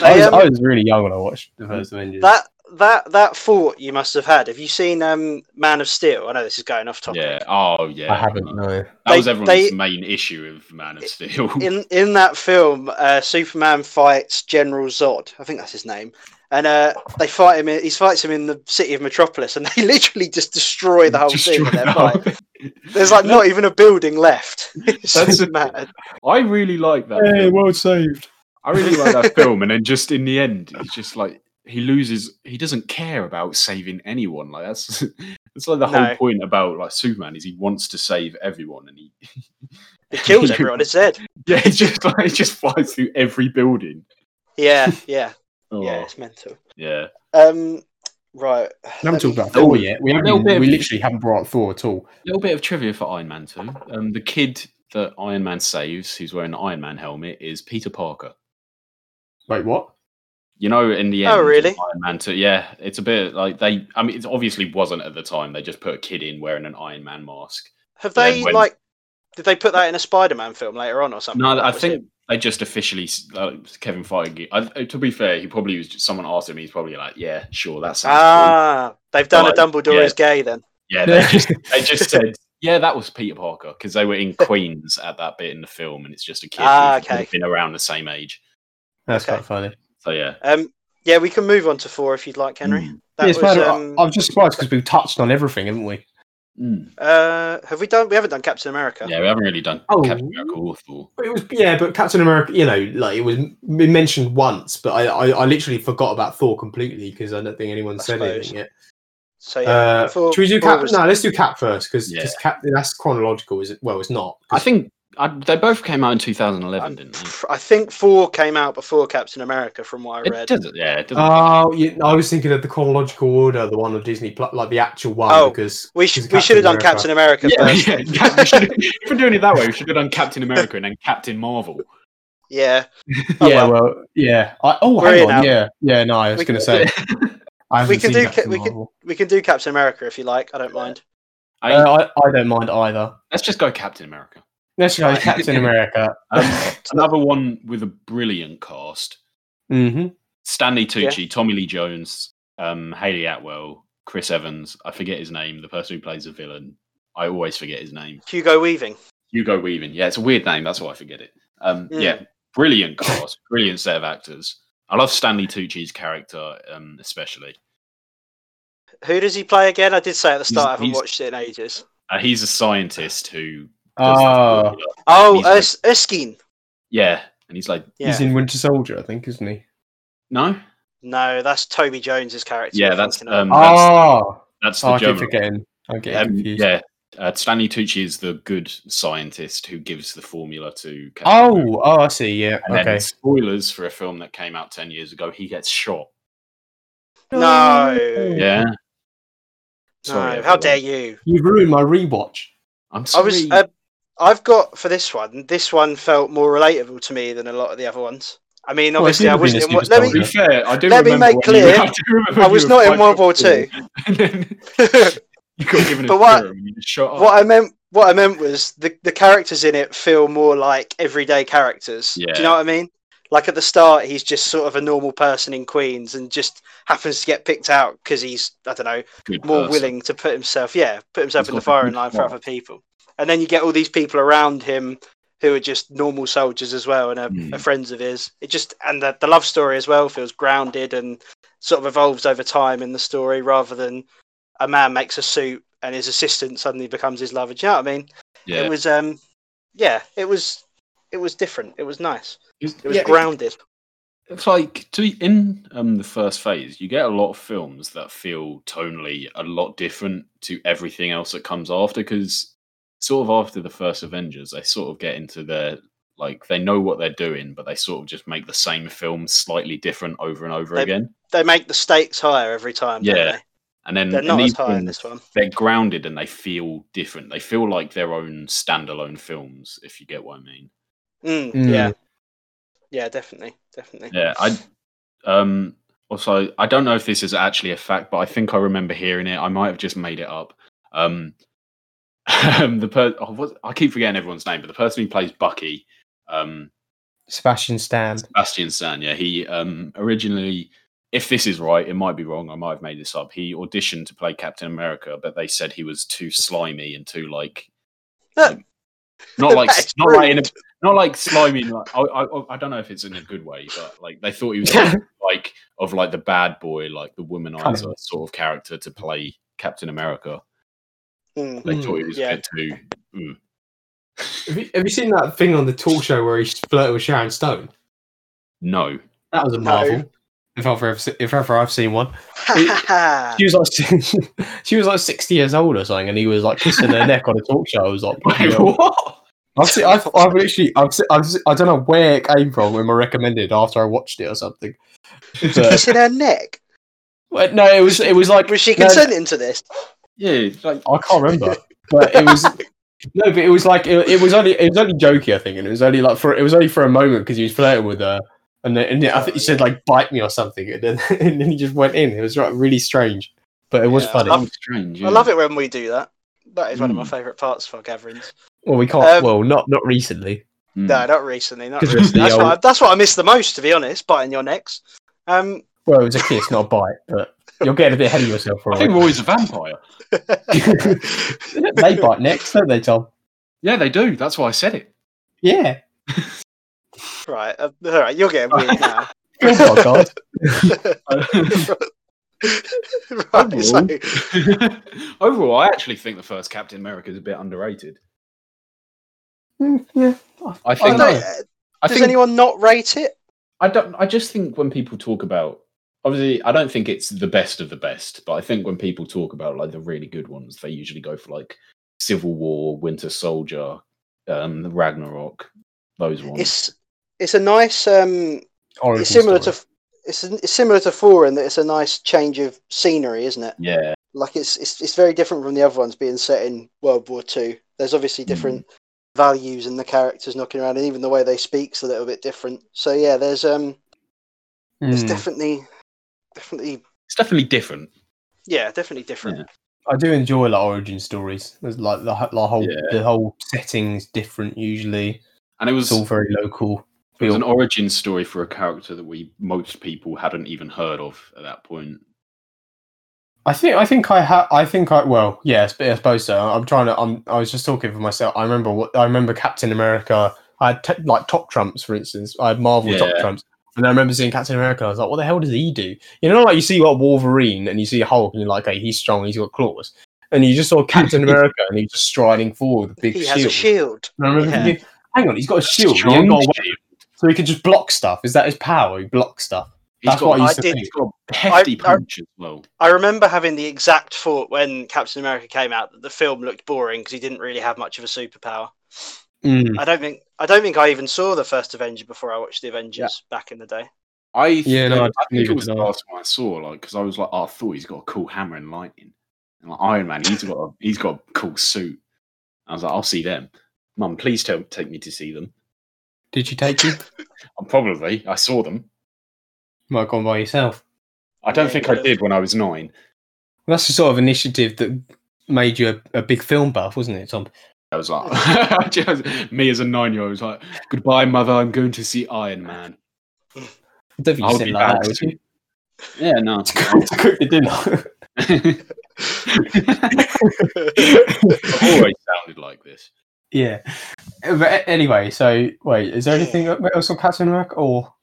S2: They,
S1: was,
S2: um,
S1: I was really young when I watched the first Avengers.
S2: that that that thought you must have had. Have you seen um, Man of Steel? I know this is going off topic.
S3: Yeah. Oh, yeah.
S1: I haven't. No.
S3: That
S2: They-
S3: was everyone's
S2: they-
S3: main issue of Man of Steel.
S2: in in that film, uh, Superman fights General Zod. I think that's his name, and uh, they fight him. In, he fights him in the city of Metropolis, and they literally just destroy the whole city. With
S3: Destroy
S2: their
S3: the whole
S2: fight.
S3: thing.
S2: There's like not even a building left. It's
S3: That's a-
S2: mad.
S3: I really like that. film.
S1: world saved.
S3: I really like that film, and then just in the end, it's just like he loses. He doesn't care about saving anyone. Like that's that's like the
S2: No.
S3: whole point about like Superman is he wants to save everyone, and he
S2: It kills everyone. It's dead.
S3: yeah, he just like he just flies through every building.
S2: Yeah, yeah,
S3: Oh,
S2: yeah.
S3: yeah,
S2: It's mental.
S3: yeah.
S2: Um, right.
S1: We haven't
S2: let me-
S1: talked about Thor yet. Oh, We,
S3: Little
S1: haven't,
S3: bit of-
S1: we literally haven't brought up Thor at all.
S3: A little bit of trivia for Iron Man too. Um, the kid that Iron Man saves, who's wearing the Iron Man helmet, is Peter Parker.
S1: Wait, what?
S3: You know, in the end,
S2: Oh, really?
S3: Iron Man 2, yeah, it's a bit like they. I mean, it obviously wasn't at the time. They just put a kid in wearing an Iron Man mask.
S2: Have
S3: Yeah,
S2: they
S3: when-
S2: like? Did they put that in a Spider-Man film later on or something?
S3: No,
S2: That
S3: I
S2: was
S3: think they just officially s- uh, Kevin Feige. I, to be fair, he probably was. Just, someone asked him, he's probably like, "Yeah, sure, that sounds." cool."
S2: Ah, they've done a
S3: Right,
S2: Dumbledore
S3: yeah.
S2: is gay then.
S3: Yeah, they just they just said, "Yeah, that was Peter Parker" because they were in Queens at that bit in the film, and it's just a kid
S2: Ah,
S3: who's
S2: okay.
S3: been around the same age.
S1: That's
S2: Okay.
S1: quite funny.
S3: So yeah,
S2: Um, yeah, we can move on to four if you'd like, Henry.
S3: Mm.
S2: That
S1: Yes,
S2: was.
S1: man, I-
S2: Um,
S1: I'm just surprised because we've touched on everything, haven't we?
S3: Mm.
S2: uh, have we done? We haven't done Captain America.
S3: yeah, we haven't really done
S1: Oh.
S3: Captain America or Thor.
S1: But it was yeah, but Captain America, you know, like it was m- mentioned once, but I I, I literally forgot about Thor completely because I don't think anyone
S2: I
S1: said
S2: suppose.
S1: anything yet.
S2: So yeah,
S1: uh,
S2: Thor-
S1: should we do
S2: Thor
S1: Cap?
S2: was-
S1: No, let's do Cap first because
S3: Yeah.
S1: Cap that's chronological, is it? Well, it's not. 'cause
S3: I think I, they both came out in 2011,
S2: I'm
S3: didn't they?
S2: pr- I think four came out before Captain America, from what I
S3: It
S2: read.
S3: doesn't. Yeah, it doesn't.
S1: Oh, yeah, I was thinking of the chronological order, the one on Disney, Plu- like the actual one,
S2: Oh.
S1: because
S2: we should
S1: Captain
S2: we should have done
S1: America.
S2: Captain America
S3: yeah,
S2: first.
S3: yeah. we should- if we're doing it that way, we should have done Captain America and then Captain Marvel.
S2: Yeah. Oh,
S1: yeah,
S2: well.
S1: well, yeah. I, oh,
S2: We're
S1: hang
S2: in
S1: on,
S2: now.
S1: yeah, yeah. No, I was
S2: We
S1: going to say.
S3: can-
S1: I haven't
S2: We can
S1: seen
S2: do
S1: Captain
S2: Ca- we can-
S1: Marvel.
S2: We can do Captain America if you like. I don't mind.
S3: I mean,
S1: Uh, I, I don't mind either.
S3: let's just go Captain America.
S1: Let's go
S2: Right.
S1: Captain America.
S3: Um, another one with a brilliant cast:
S1: hmm
S3: Stanley Tucci, Tommy Lee Jones, um, Haley Atwell, Chris Evans. I forget his name. The person who plays the villain. I always forget his name.
S2: Hugo Weaving.
S3: Hugo Weaving. Yeah, it's a weird name. That's why I forget it. Um,
S2: Mm.
S3: Yeah, brilliant cast, brilliant set of actors. I love Stanley Tucci's character, um, especially.
S2: Who does he play again? I did say at the start I haven't
S3: he's-
S2: watched it in ages.
S3: Uh, he's a scientist who. does the
S1: Oh,
S3: formula.
S2: Oh,
S3: he's like-
S2: Es- Erskine.
S3: yeah, and he's like,
S2: Yeah.
S1: he's in Winter Soldier, I think, isn't he?
S3: no,
S2: No, that's Toby Jones's character.
S3: Yeah,
S2: you're
S3: that's,
S2: thinking of.
S3: um, That's-
S1: oh,
S3: that's the
S1: oh I keep
S3: German.
S1: forgetting. I'm getting
S3: Um,
S1: confused.
S3: yeah, uh, Stanley Tucci is the good scientist who gives the formula to. Captain America.
S1: Oh, oh, I see. Yeah.
S3: and
S1: okay.
S3: then spoilers for a film that came out ten years ago. He gets shot.
S2: No.
S3: Yeah.
S2: no,
S3: Sorry,
S2: how
S3: everyone.
S2: dare you?
S1: You ruined my rewatch.
S3: I'm
S2: I
S3: sorry.
S2: was. Uh, I've got for this one. This one felt more relatable to me than a lot of the other ones. I mean,
S1: Well, it's
S2: obviously, I
S1: never been
S2: wasn't
S1: a
S2: in. One,
S1: superstar,
S2: let
S3: to be
S2: me.
S1: really.
S3: fair, I do.
S2: Let me
S3: remember
S2: make
S3: when you-
S2: clear,
S3: I, do remember
S2: I
S3: you
S2: was
S3: were
S2: not in
S3: five
S2: World
S3: foot
S2: War
S3: tall,
S2: Two.
S3: and then you got given a
S2: But what-
S3: spear and you just shot up.
S2: what I meant. What I meant was the the characters in it feel more like everyday characters. Do you
S3: Yeah.
S2: know what I mean? Like at the start, he's just sort of a normal person in Queens, and just happens to get picked out because he's I don't know
S3: Good
S2: more
S3: person.
S2: willing to put himself, yeah, put himself
S3: He's
S2: in the
S3: got the
S2: firing
S3: good
S2: line for
S3: heart.
S2: other people. And then you get all these people around him who are just normal soldiers as well and are,
S3: Mm.
S2: are friends of his. It just and the, the love story as well feels grounded and sort of evolves over time in the story rather than a man makes a suit and his assistant suddenly becomes his lover. Do you know what I mean?
S3: Yeah.
S2: It was um yeah, it was it was different. It was nice.
S3: It's-
S2: It was
S3: yeah,
S2: grounded.
S3: It's like to in um, the first phase, you get a lot of films that feel tonally a lot different to everything else that comes after. Because sort of after the first Avengers, they sort of get into their like they know what they're doing, but they sort of just make the same film slightly different over and over
S2: They-
S3: again.
S2: They make the stakes higher every time. don't
S3: Yeah,
S2: they?
S3: And then
S2: they're
S3: and
S2: not as
S3: these
S2: high in
S3: films,
S2: this one.
S3: They're grounded and they feel different. They feel like their own standalone films, if you get what I mean.
S2: Mm,
S1: Mm.
S2: Yeah, yeah, definitely, definitely.
S3: Yeah, I um also I don't know if this is actually a fact, but I think I remember hearing it. I might have just made it up. Um, um, the per- oh, what, I keep forgetting everyone's name, but the person who plays Bucky, um,
S1: Sebastian Stan.
S3: Bastian Stan, yeah, he um originally, if this is right, it might be wrong. I might have made this up. He auditioned to play Captain America, but they said he was too slimy and too like. um, Not like
S2: That's
S3: not like in a
S2: rude.
S3: not like slimy. Like, I, I I don't know if it's in a good way, but like they thought he was like, like of like the bad boy, like the
S1: Kind
S3: womanizer sort of character to play Captain America.
S2: Mm.
S3: They
S1: Mm,
S3: thought he was
S2: yeah.
S3: a bit too. mm.
S1: Have you, have you seen that thing on the talk show where he flirted with Sharon Stone?
S3: No,
S1: That was a
S2: No.
S1: marvel. If ever, I've se- if ever I've seen one,
S2: Ah.
S1: she was like she was like sixty years old or something, and he was like kissing her neck on a talk show. I was like,
S3: Wait,
S1: "Yo."
S3: what?
S1: I've, seen, I've, I've literally, I've, se- I've, se- I don't know where it came from in my recommended after I watched it or something. But,
S2: Kissing her neck.
S1: but no, it was, it was like
S2: Was she
S1: no,
S2: consenting to this?
S3: Yeah, like
S1: I can't remember, but it was no, but it was like it, it was only, it was only jokey, I think, and it was only like for, it was only for a moment because he was flirting with her, and then, and then I think he said like bite me or something, and then, and then he just went in. It was like really strange, but it was
S2: Yeah, Um, I
S1: funny.
S2: love-
S3: strange.
S2: I love it when we do that. That is one of my
S3: Mm.
S2: favourite parts for gatherings.
S1: well, we can't.
S2: um,
S1: well, not not recently.
S3: Hmm. Mm.
S2: No, not recently. Not
S1: 'Cause
S2: recently.
S1: it's the
S2: That's, what I,
S1: old-
S2: that's what I miss the most, to be honest. Biting your necks. Um,
S1: Well, it was a kiss, not a bite, but you're getting a bit ahead of yourself.
S3: I think
S1: Right?
S3: Roy's a vampire.
S1: they bite next, don't they, Tom?
S3: Yeah, they do. That's why I said it.
S1: Yeah.
S2: right, uh, all right, you're getting weird now.
S1: Your podcast.
S2: right, so,
S3: Overall, I actually think the first Captain America is a bit underrated.
S1: Mm, yeah.
S3: I
S2: I
S3: think.
S2: don't,
S1: know.
S3: I,
S2: uh, does
S3: think.
S2: anyone not rate it?
S3: I don't. I just think when people talk about, obviously, I don't think it's the best of the best, but I think when people talk about like the really good ones, they usually go for like Civil War, Winter Soldier, um, Ragnarok, those ones.
S2: It's it's a nice um,
S1: Origin
S2: it's similar
S1: story.
S2: to it's, it's similar to four in that it's a nice change of scenery, isn't it?
S3: yeah,
S2: Like it's it's it's very different from the other ones being set in World War Two. There's
S1: Hmm.
S2: obviously different values in the characters knocking around, and even the way they speak's a little bit different. So yeah, there's um, there's
S1: Mm.
S2: definitely definitely
S3: it's definitely different.
S2: yeah, definitely different.
S1: I do enjoy like origin stories. There's like the, ho- the whole
S3: Yeah.
S1: the whole setting's different usually.
S3: And it
S1: It's
S3: was
S1: all very local.
S3: It was an
S1: feel.
S3: origin story for a character that we most people hadn't even heard of at that point.
S1: I think I think I ha- I think I well yeah I sp- I suppose so. I'm trying to I'm I was just talking for myself. I remember what I remember Captain America. I had t- like top trumps for instance. I had Marvel top
S3: Yeah.
S1: trumps. And I remember seeing Captain America. I was like, "What the hell does he do?" You know, like you see like Wolverine and you see Hulk, and you're like, "Hey, he's strong. He's got claws." And you just saw Captain America, and he's just striding forward with a big
S2: he
S1: shield.
S2: has a shield.
S1: And I remember
S2: Yeah.
S1: thinking, "Hang on, he's got a shield. He
S3: Strong
S1: ain't got a
S3: shield.
S1: So he can just block stuff. Is that his power? He blocks stuff.
S3: He's
S1: That's what I
S3: got,
S1: used
S2: I
S1: to
S2: did-
S1: think.
S3: he's got a hefty
S2: I-
S3: punch as well.
S2: I remember having the exact thought when Captain America came out that the film looked boring because he didn't really have much of a superpower.
S1: Mm.
S2: I don't think I don't think I even saw the first Avenger before I watched the Avengers back in the day.
S3: I
S1: Yeah, no, I
S3: I, think
S1: neither
S3: it was the
S1: did I.
S3: last one I saw, like because I was like, oh, I thought he's got a cool hammer and lightning, and like Iron Man, he's got a, he's got a cool suit. I was like, I'll see them. Mum, please tell, take me to see them.
S1: Did you take you?
S3: And probably I saw them.
S1: Might have gone by yourself.
S3: I don't
S2: Yeah,
S3: think
S2: you
S3: I
S2: could've.
S3: did when I was nine.
S1: That's the sort of initiative that made you a, a big film buff, wasn't it, Tom?
S3: I was like, I just- me as a nine-year-old was like, goodbye, mother. I'm going to see Iron Man.
S1: I don't think you
S3: I'll
S1: said
S3: be
S1: it like
S3: back
S1: that, would you?
S3: soon. Yeah, no.
S1: to cook the dinner.
S3: I've always sounded like this.
S1: yeah. Uh, But a- anyway, so wait, is there anything else on Captain America? Or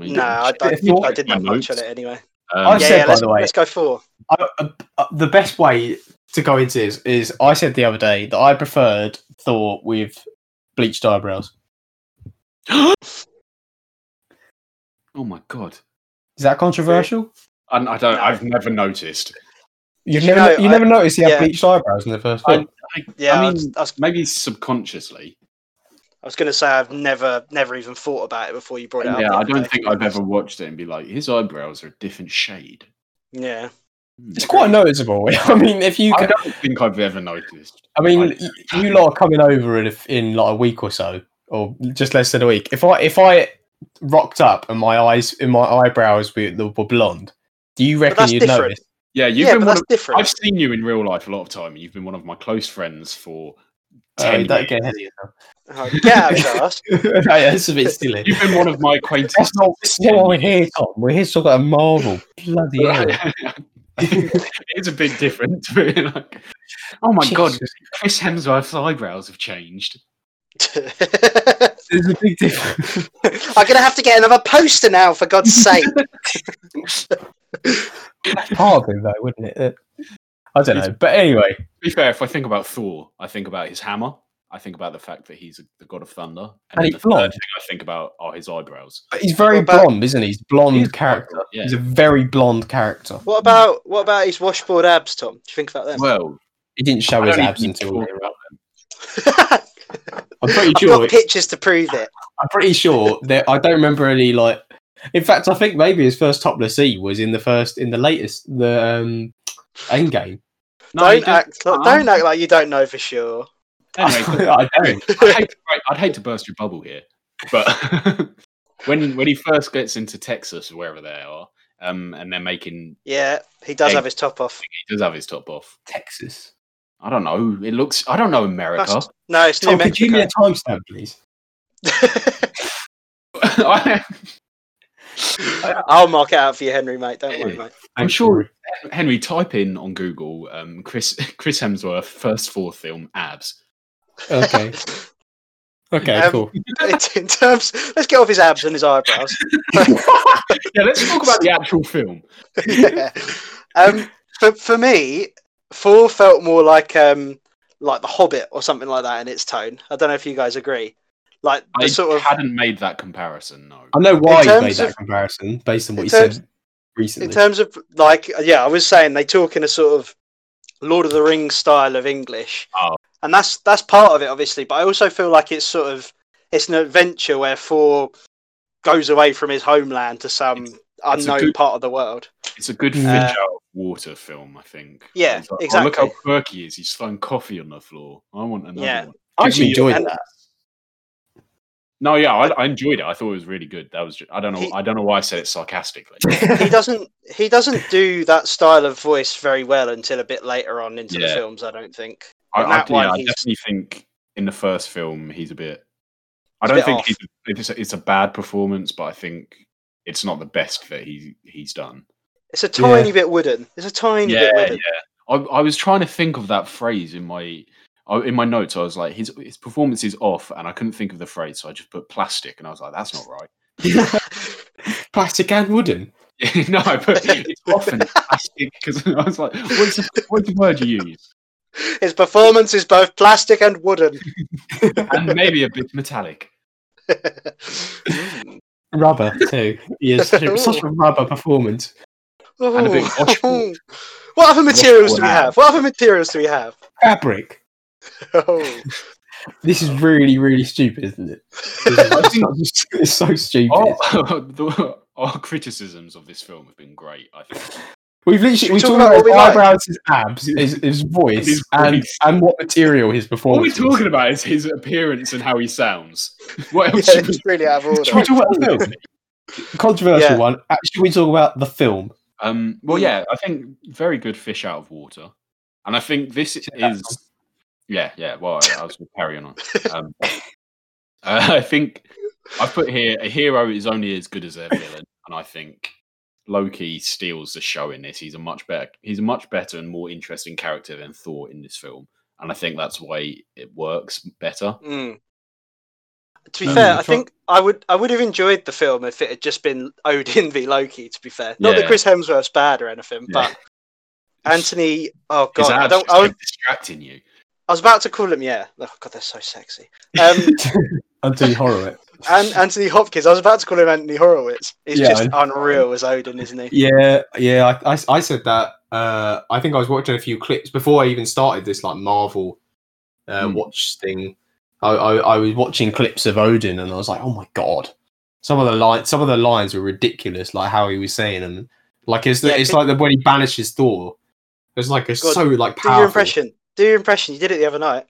S3: I mean,
S2: No, I, I
S1: If
S2: think I
S1: you're-
S2: did
S3: my
S2: not much on
S3: notes.
S2: it anyway.
S3: um,
S1: I've
S2: yeah,
S1: said,
S2: yeah,
S1: by
S2: let's,
S1: the way-
S2: let's go four.
S1: I, uh, uh, the best way to go into this is I said the other day that I preferred Thor with bleached eyebrows.
S3: oh my god!
S1: Is that controversial?
S3: I, I don't.
S2: No.
S3: I've never noticed.
S1: You've
S2: You
S1: never,
S2: know,
S1: you
S2: I-
S1: never noticed he had
S2: yeah.
S1: bleached eyebrows in the first
S3: I-
S1: film.
S2: Yeah,
S3: I
S2: I,
S3: mean-
S2: was, I, was,
S3: Maybe subconsciously.
S2: I was going to say I've never, never even thought about it before you brought it up.
S3: Yeah,
S2: the
S3: I
S2: other
S3: don't
S2: day.
S3: think I've ever watched it and be like, his eyebrows are a different shade.
S2: Yeah,
S3: Hmm.
S1: It's quite noticeable. I mean, if you,
S3: I
S1: I,
S3: don't think I've ever noticed.
S1: I mean,
S3: I-
S1: y- you lot are coming over in, a, in like a week or so, or just less than a week. If I if I rocked up and my eyes and my eyebrows were, were blonde, do you reckon
S2: that's
S1: you'd
S2: different.
S1: notice?
S3: Yeah, you've
S2: yeah,
S3: been
S2: but
S3: one
S2: that's
S3: of,
S2: different.
S3: I've seen you in real life a lot of time, and you've been one of my close friends for
S1: Oh,
S3: ten.
S1: don't get
S3: years.
S1: ahead
S2: Oh, get out of your ass.
S1: of yourself. That's a bit silly.
S3: You've been one of my acquaintances.
S1: That's not, that's not why we're here, Tom. We're here to talk about Marvel. Bloody hell.
S3: it's a big difference. but, like, oh my god,
S1: Jesus.
S3: Chris Hemsworth's eyebrows have changed.
S1: There's a big difference.
S2: I'm going to have to get another poster now, for God's sake.
S1: Hard though, wouldn't it? Uh, I don't know. But anyway,
S3: To be fair, if I think about Thor, I think about his hammer. I think about the fact that he's the god of thunder,
S1: And
S3: then
S1: he's
S3: the third
S1: blonde.
S3: thing I think about are his eyebrows.
S1: but he's very
S2: What about-
S1: blonde, isn't he? He's blonde
S3: He is
S1: character.
S3: blonde, yeah.
S1: He's a very blonde character.
S2: what about what about his washboard abs, Tom? Do you think about them?
S3: Well,
S1: He didn't show
S3: I
S1: his
S3: don't
S1: abs
S3: even
S1: until.
S3: talk about them.
S2: I've
S1: I'm pretty sure.
S2: got pictures to prove it.
S1: I'm pretty sure that I don't remember any like. In fact, I think maybe his first topless E was in the first, in the latest, the um, end game.
S3: No,
S2: don't
S3: he didn't.
S2: act, like,
S3: Um,
S2: don't act like you don't know for sure.
S3: Anyway,
S1: I don't.
S3: I'd hate, to break, I'd hate to burst your bubble here, but when when he first gets into Texas, wherever they are, um, and they're making,
S2: Yeah, he does
S3: Hey.
S2: have his top off.
S3: he does have his top off.
S1: Texas.
S3: I don't know. It looks. I don't know America.
S2: That's- No, it's too
S1: Tom, could you give me
S2: Mexico.
S1: a timestamp, please?
S3: I-
S2: I'll mark it out for you, Henry, mate. Don't worry,
S1: Hey.
S2: mate.
S3: I'm
S1: Thank
S3: sure-
S1: you.
S3: Henry, type in on Google um, Chris Chris Hemsworth first four film abs.
S1: Okay. Okay.
S2: Um,
S1: cool.
S2: It's in terms, let's get off his abs and his eyebrows.
S3: Yeah, let's talk about the actual film.
S2: Yeah. Um, for for me, four felt more like um like The Hobbit or something like that in its tone. I don't know if you guys agree. Like the
S3: I
S2: sort of
S3: hadn't made that comparison. No,
S1: I know why
S2: in
S1: you made
S2: terms
S1: that
S2: of-
S1: comparison based on what
S2: in
S1: you
S2: terms-
S1: said recently.
S2: in terms of like yeah, I was saying they talk in a sort of Lord of the Rings style of English,
S3: Oh.
S2: and that's that's part of it, obviously. But I also feel like it's sort of it's an adventure where Thor goes away from his homeland to some
S3: it's a
S2: unknown
S3: good-
S2: part of the world.
S3: it's a good
S1: Uh,
S3: fish out of water film. I think.
S2: Yeah,
S3: It's like, oh,
S2: exactly.
S3: look how quirky he is. He's throwing coffee on the floor. I want another
S2: Yeah.
S3: one.
S1: I
S3: Give
S1: actually
S3: me your-
S1: enjoyed
S2: and-
S1: that.
S3: No, yeah, I, I enjoyed it. I thought it was really good. That was. Just, I don't know.
S2: He-
S3: I don't know why I said it sarcastically.
S2: he doesn't he doesn't do that style of voice very well until a bit later on into the
S3: Yeah.
S2: films i don't think
S3: I,
S2: On
S3: I-
S2: that
S3: yeah,
S2: one,
S3: I
S2: he's-
S3: definitely think in the first film he's a bit. I
S2: He's a
S3: don't
S2: bit
S3: think
S2: off.
S3: he's, it's, it's a bad performance, but I think it's not the best that he he's done.
S2: it's a tiny bit wooden it's a tiny bit wooden
S3: I, I was trying to think of that phrase in my I- in my notes. I was like, his his performance is off, and I couldn't think of the phrase, so I just put plastic, and I was like, that's not right.
S1: Plastic and wooden.
S3: no, I put it's off and plastic because I was like, what's the, what's the word you use?
S2: his performance is both plastic and wooden
S3: And maybe a bit metallic.
S2: Mm.
S1: Rubber too. Yes,
S2: Ooh.
S1: such a rubber performance.
S3: And a bit washable.
S2: Oh. what other materials do we
S3: Washable
S2: have what other materials do we have
S1: Fabric.
S2: oh.
S1: This is really, really stupid, isn't it? This is such- it's so stupid.
S2: Oh,
S3: Our, the, our criticisms of this film have been great. I think.
S1: We've literally we
S2: Should
S1: talked
S2: we talk
S1: about his
S2: about what we like?
S1: eyebrows, his abs, his, his voice,
S3: His
S1: and
S3: voice.
S1: and what material his
S3: All we're
S1: performance. was.
S3: talking about is his appearance and how he sounds. What
S2: yeah,
S3: else? should we-
S2: it's really out of
S1: Should we
S2: order
S1: talk about the film? Controversial
S2: Yeah.
S1: one. Uh, Should we talk about the film?
S3: Um,
S1: Hmm.
S3: well, yeah, I think very good fish out of water, and I think this
S1: out of
S3: is, yeah, yeah. Well, I, I was carrying on. Um, uh, I think I've put here a hero is only as good as their villain, and I think Loki steals the show in this. He's a much better, he's a much better and more interesting character than Thor in this film, and I think that's why it works better.
S1: Oh,
S2: Mm. To be
S1: Um,
S2: fair,
S1: try-
S2: I think I would I would have enjoyed the film if it had just been Odin v Loki. To be fair, not
S3: Yeah.
S2: that Chris Hemsworth's bad or anything,
S3: Yeah.
S2: but Anthony. Oh
S3: His
S2: god, I
S3: abs
S2: don't.
S3: just
S2: I was,
S3: keep distracting you.
S2: I was about to call him. Yeah. Oh god, they're so sexy. Um,
S1: Anthony Horowitz.
S2: And Anthony Hopkins. I was about to call him Anthony Horowitz. He's
S1: Yeah,
S2: just unreal as Odin, isn't he?
S1: Yeah, yeah. I, I, I said that. Uh, I think I was watching a few clips before I even started this like Marvel uh,
S3: Hmm.
S1: watch thing. I, I, I was watching clips of Odin, and I was like, oh my god, some of the lines, some of the lines were ridiculous. Like how he was saying them. Like it's the,
S2: Yeah,
S1: it's
S2: could-
S1: like the when he banishes Thor. It's like it's
S2: God,
S1: so like
S2: Do your
S1: powerful.
S2: impression. Do your impression. You did it the other night.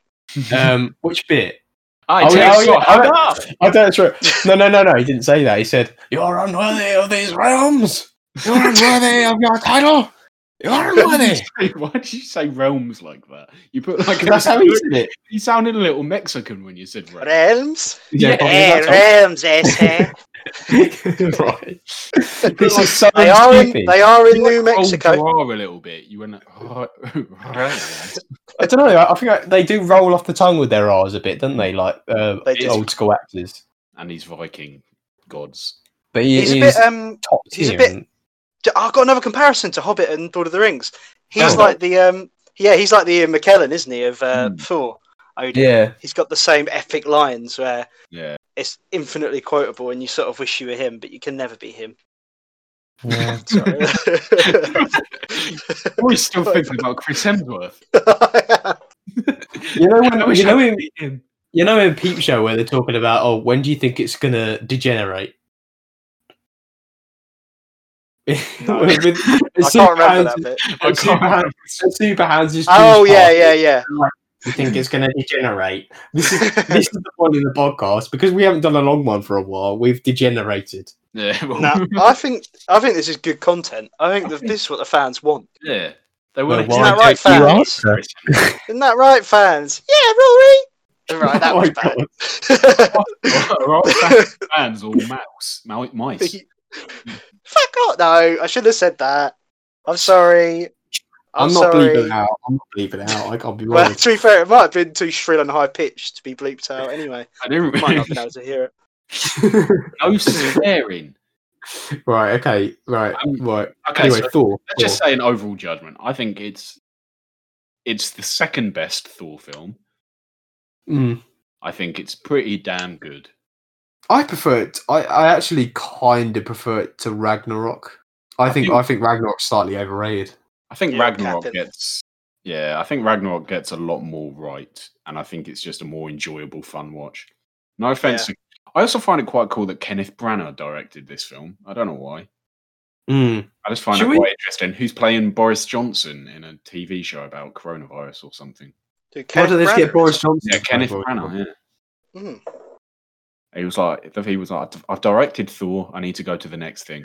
S1: Um, which bit?
S3: I
S1: Oh,
S3: take
S1: yeah, oh,
S3: Scott,
S1: yeah, I
S3: hold
S1: don't-
S3: up.
S1: I don't know. No, no, no, no. He didn't say that. He said, "You're unworthy of these realms. You're unworthy of your title. You're unworthy."
S3: Why did you say realms like that? You put like
S1: That's how he said it.
S3: you sounded a little Mexican when you said realms.
S2: Realms.
S1: Yeah,
S2: Eh, realms, eh, sir.
S1: right. This is so
S2: They are in.
S1: stupid.
S2: They are in
S3: Oh,
S1: Oh,
S2: New
S3: You, like, rolled your
S2: Mexico.
S3: R a little bit. You went. Oh, realms.
S1: I don't know. I I think I, they do roll off the tongue with their R's a bit, don't they? Like uh,
S2: They do.
S1: old school actors.
S3: and these Viking gods.
S1: But he
S2: He's a
S1: is
S2: bit. Um.
S1: top
S2: he's a
S1: tier.
S2: bit-
S1: and-
S2: j- I've got another comparison to Hobbit and Lord of the Rings. He's
S1: Oh.
S2: like the. Um. Yeah, he's like the Ian McKellen, isn't he? Of uh,
S3: Hmm.
S2: Thor. Odin.
S1: yeah.
S2: He's got the same epic lines where
S3: Yeah,
S2: it's infinitely quotable, and you sort of wish you were him, but you can never be him.
S1: yeah.
S2: Sorry.
S3: always still thinking about Chris Hemsworth.
S1: You know
S3: I
S1: when
S3: wish
S1: you
S3: I
S1: know
S3: could
S1: in,
S3: be him.
S1: you know in Peep Show where they're talking about oh when do you think it's gonna degenerate? With- with-
S2: I
S1: Super
S2: can't remember that
S1: Hans-
S2: bit.
S3: I
S1: Super
S3: can't
S1: Hans- Super Hans is
S2: Oh
S1: Jewish
S2: yeah,
S1: part.
S2: yeah, yeah.
S1: You think it's gonna degenerate? This is this is the point in the podcast because we haven't done a long one for a while. We've degenerated.
S3: Yeah, well,
S2: no, I think I think this is good content. I think that this is what the fans want.
S3: yeah. They want
S2: Isn't
S1: why
S2: that right,
S1: take you
S2: fans?
S1: out?
S2: Isn't that right, fans? Yeah, Rory. All right, that
S1: Oh
S2: was
S1: my God.
S2: bad.
S3: Are all fans- fans or mouse, Mou- mice?
S2: Fuck off! No, I should have said that. I'm sorry.
S1: I'm,
S2: I'm,
S1: not
S2: sorry.
S1: bleeping it out. I'm not bleeping it out. I can't be
S2: Well,
S1: wrong.
S2: to be fair, it might have been too shrill and high pitched to be bleeped out. Anyway,
S3: I
S2: might
S3: didn't
S2: not
S3: really
S2: have been able to hear it.
S3: no swearing.
S1: right. Okay. Right.
S3: Um,
S1: right.
S3: Okay,
S1: anyway,
S3: so
S1: Thor.
S3: let's just say an overall judgment. I think it's it's the second best Thor film.
S1: Thor. Mm.
S3: I think it's pretty damn good.
S1: I prefer it. I, I actually kind of prefer it to Ragnarok. I think
S3: think-
S1: I think Ragnarok's slightly overrated.
S3: I think
S2: Yeah,
S3: Ragnarok
S2: Captain.
S3: gets yeah, I think Ragnarok gets a lot more right, and I think it's just a more enjoyable, fun watch. No offense. to- I also find it quite cool that Kenneth Branagh directed this film. I don't know why.
S1: Mm.
S3: I just find
S1: Should
S3: it
S1: we-
S3: quite interesting. Who's playing Boris Johnson in a TV show about coronavirus or something?
S2: Dude,
S1: Why do they just
S2: Kenneth
S1: get Boris
S2: Branagh
S1: Johnson?
S3: Yeah,
S1: to play
S3: Kenneth
S1: Boris
S3: Branagh. Yeah.
S2: is- Mm.
S3: He was like, he was like, I've directed Thor. I need to go to the next thing.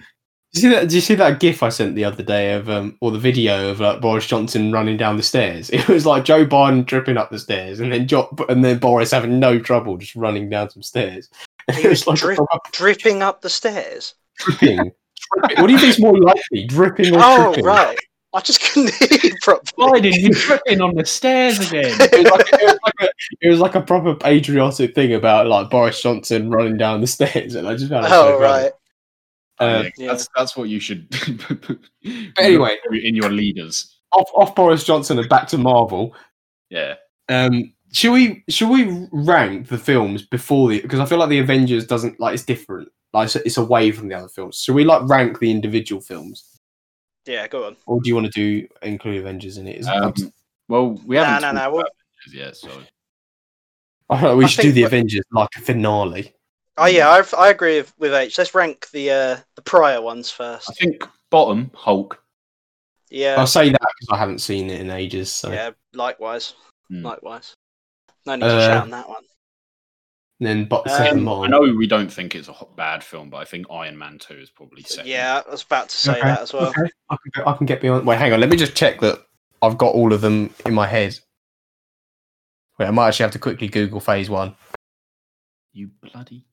S1: Do you see that? Do you see that GIF I sent the other day of um, or the video of like Boris Johnson running down the stairs? It was like Joe Biden dripping up the stairs, and then jo- and then Boris having no trouble just running down some stairs.
S2: He
S1: It was
S2: was
S1: like
S2: drip-
S1: proper
S2: Dripping up the stairs.
S1: dripping. dripping. What do you think's more likely, dripping or
S2: Oh
S1: dripping?
S2: right, I just couldn't hear you properly.
S3: did you tripping on the stairs again?
S1: It was, like, it, was like a, it was like a proper patriotic thing about like Boris Johnson running down the stairs, and I just found it so
S2: Oh
S1: funny.
S2: right.
S1: Uh,
S2: Yeah.
S3: That's that's what you should.
S1: anyway.
S3: in your leaders,
S1: off off Boris Johnson and back to Marvel.
S3: yeah.
S1: Um, should we should we rank the films before the? Because I feel like the Avengers doesn't like it's different. Like it's, it's away from the other films. Should we like rank the individual films,
S2: Yeah, go on.
S1: or do you want to do include Avengers in it? Is-
S3: Um, well, we
S2: No,
S3: haven't.
S2: no, no,
S3: talked
S2: we'll-
S3: about Avengers yet, so
S1: I don't know, we
S2: I
S1: should do
S2: think
S1: the
S2: we-
S1: Avengers like a finale.
S2: Oh yeah, I, I agree with, with H. Let's rank the uh, the prior ones first.
S3: I think bottom Hulk.
S1: I'll
S2: Yeah,
S1: say that because I haven't seen it in ages. So
S2: yeah. Likewise,
S3: Hmm.
S2: likewise. No need to
S1: Uh,
S2: shout on that one.
S1: then, but
S2: Um,
S1: second
S3: I
S1: bottom.
S3: know we don't think it's a ho- bad film, but I think Iron Man Two is probably second.
S2: Yeah, I was about to say
S1: Okay,
S2: that as well.
S1: okay, I can, go- I can get beyond. Wait, hang on. Let me just check that I've got all of them in my head. Wait, I might actually have to quickly Google Phase One.
S3: you bloody.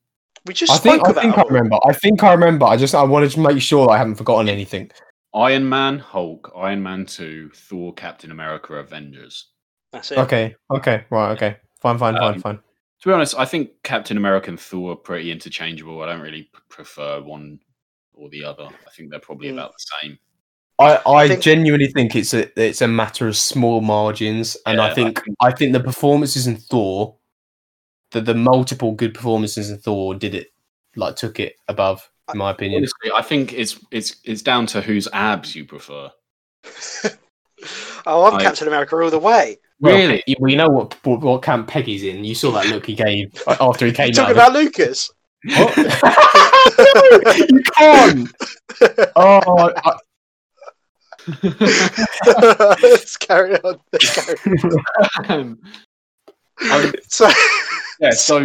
S2: We just
S1: I
S2: spoke
S1: think I
S2: about
S1: think I
S2: all-
S1: remember. I think I remember. I just I wanted to make sure that I haven't forgotten anything.
S3: Iron Man, Hulk, Iron Man Two, Thor, Captain America, Avengers.
S2: That's it.
S1: Okay, okay, right, okay, fine, fine,
S3: Um,
S1: fine, fine.
S3: To be honest, I think Captain America and Thor are pretty interchangeable. I don't really p- prefer one or the other. I think they're probably
S2: Hmm.
S3: about the same.
S1: I, I,
S2: think-
S1: genuinely think it's a it's a matter of small margins, and
S3: Yeah, I
S1: I think
S3: think-
S1: I think the performances in Thor the, the multiple good performances in Thor did it like took it above, in my opinion.
S3: Honestly, I think it's it's it's down to whose abs you prefer.
S2: Oh, I'm
S3: I-
S2: Captain America all the way.
S1: Well,
S3: Really?
S1: you, well, you know what what, what camp Peggy's in. You saw that look he gave after he came out.
S2: Talking about Lucas.
S1: What? No, you can't. Oh, I-
S2: Let's carry on. Let's carry on.
S3: Um,
S1: Um,
S3: I-
S2: So,
S3: yeah, so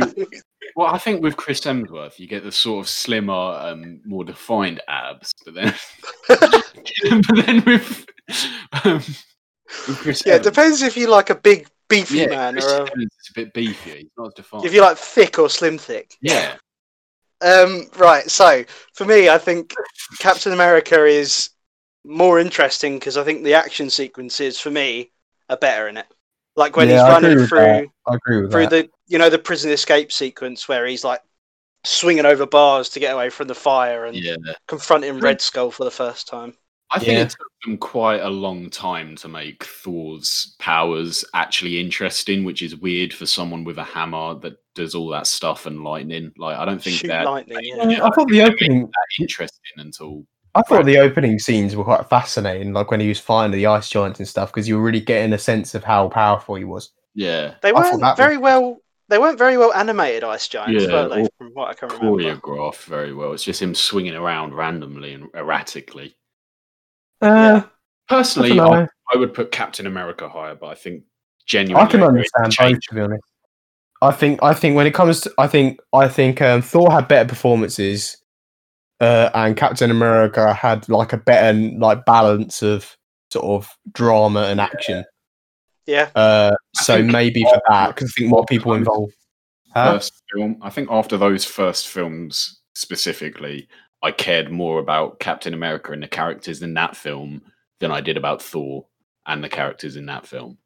S3: well, I think with Chris Hemsworth, you get the sort of slimmer, um, more defined abs, but then, but then with, um, with Chris,
S2: yeah, it
S3: Hemsworth-
S2: depends if you like a big, beefy
S3: yeah,
S2: man
S3: Chris
S2: or a,
S3: Hemsworth is a bit beefier. He's not as defined.
S2: if you like thick or slim thick.
S3: yeah,
S2: Um, right. So for me, I think Captain America is more interesting because I think the action sequences for me are better in it. Like when
S1: Yeah, I
S2: he's
S1: agree
S2: running
S1: with that.
S2: through
S1: I agree with
S2: through
S1: that.
S2: the you know the prison escape sequence where he's like swinging over bars to get away from the fire and
S3: yeah.
S2: confronting Red Skull for the first time.
S3: I think
S1: Yeah.
S3: it took them quite a long time to make Thor's powers actually interesting, which is weird for someone with a hammer that does all that stuff and lightning. Like, I don't think
S2: Shoot
S3: they're
S2: lightning. Yeah.
S1: I thought the opening.
S3: interesting until
S1: I thought the opening scenes were quite fascinating, like when he was fighting the ice giants and stuff, because you were really getting a sense of how powerful he was.
S3: yeah,
S2: They
S1: thought
S2: weren't
S1: that was-
S2: very well. They weren't very well animated ice giants,
S3: Yeah,
S2: were they?
S3: or
S2: From what I can remember.
S3: choreographed very well. It's just him swinging around randomly and erratically.
S1: Uh, I,
S3: Personally,
S1: don't
S3: I,
S1: know.
S3: I would put Captain America higher, but I think genuinely
S1: I can
S3: there is
S1: understand
S3: change.
S1: both, to be honest. I think I think when it comes to I think I think um, Thor had better performances, uh, and Captain America had like a better like balance of sort of drama and action.
S2: Yeah.
S1: Uh,
S3: I
S1: so
S3: think-
S1: maybe for that, because I think more people involved. Huh?
S3: first film. I think after those first films specifically, I cared more about Captain America and the characters in that film than I did about Thor and the characters in that film.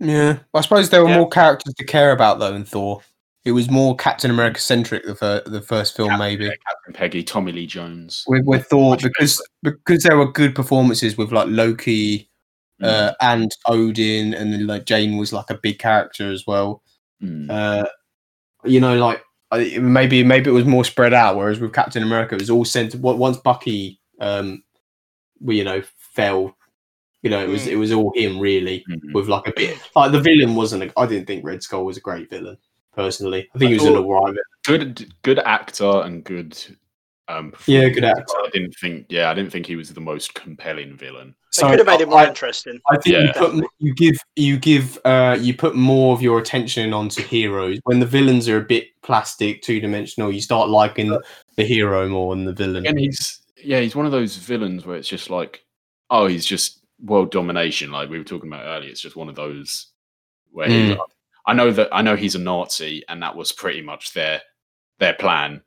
S1: Yeah, I suppose there were
S2: Yeah.
S1: more characters to care about though in Thor. It was more Captain America centric the fir- the first film,
S3: Cap-
S1: maybe
S3: yeah, Captain Peggy, Tommy Lee Jones.
S1: with, with Thor
S3: Much
S1: because because there were good performances with like Loki
S2: Mm.
S1: uh, and Odin, and then like Jane was like a big character as well.
S3: Mm, mm.
S1: Uh, you know, like I, maybe maybe it was more spread out, whereas with Captain America, it was all centered. on- Once Bucky, um, well, you know, fell, you know, it was
S2: Mm.
S1: it was all him really
S3: Mm.
S1: with like a bit like the villain wasn't a, I didn't think Red Skull was a great villain personally. I think
S3: I
S1: he was an
S3: thought-
S1: alright
S3: Good, good actor and good. Um,
S1: Yeah, good
S3: performance.
S1: actor.
S3: I didn't think. Yeah, I didn't think he was the most compelling villain.
S2: They could have made it more interesting.
S1: I think you,
S3: Yeah.
S1: put, m- you give you give uh, you put more of your attention onto heroes when the villains are a bit plastic, two dimensional. You start liking the, the hero more than the villain.
S3: And he's yeah, he's one of those villains where it's just like, oh, he's just world domination, like we were talking about earlier. It's just one of those where he's
S1: Mm.
S3: like- I know that I know he's a Nazi, and that was pretty much their their plan,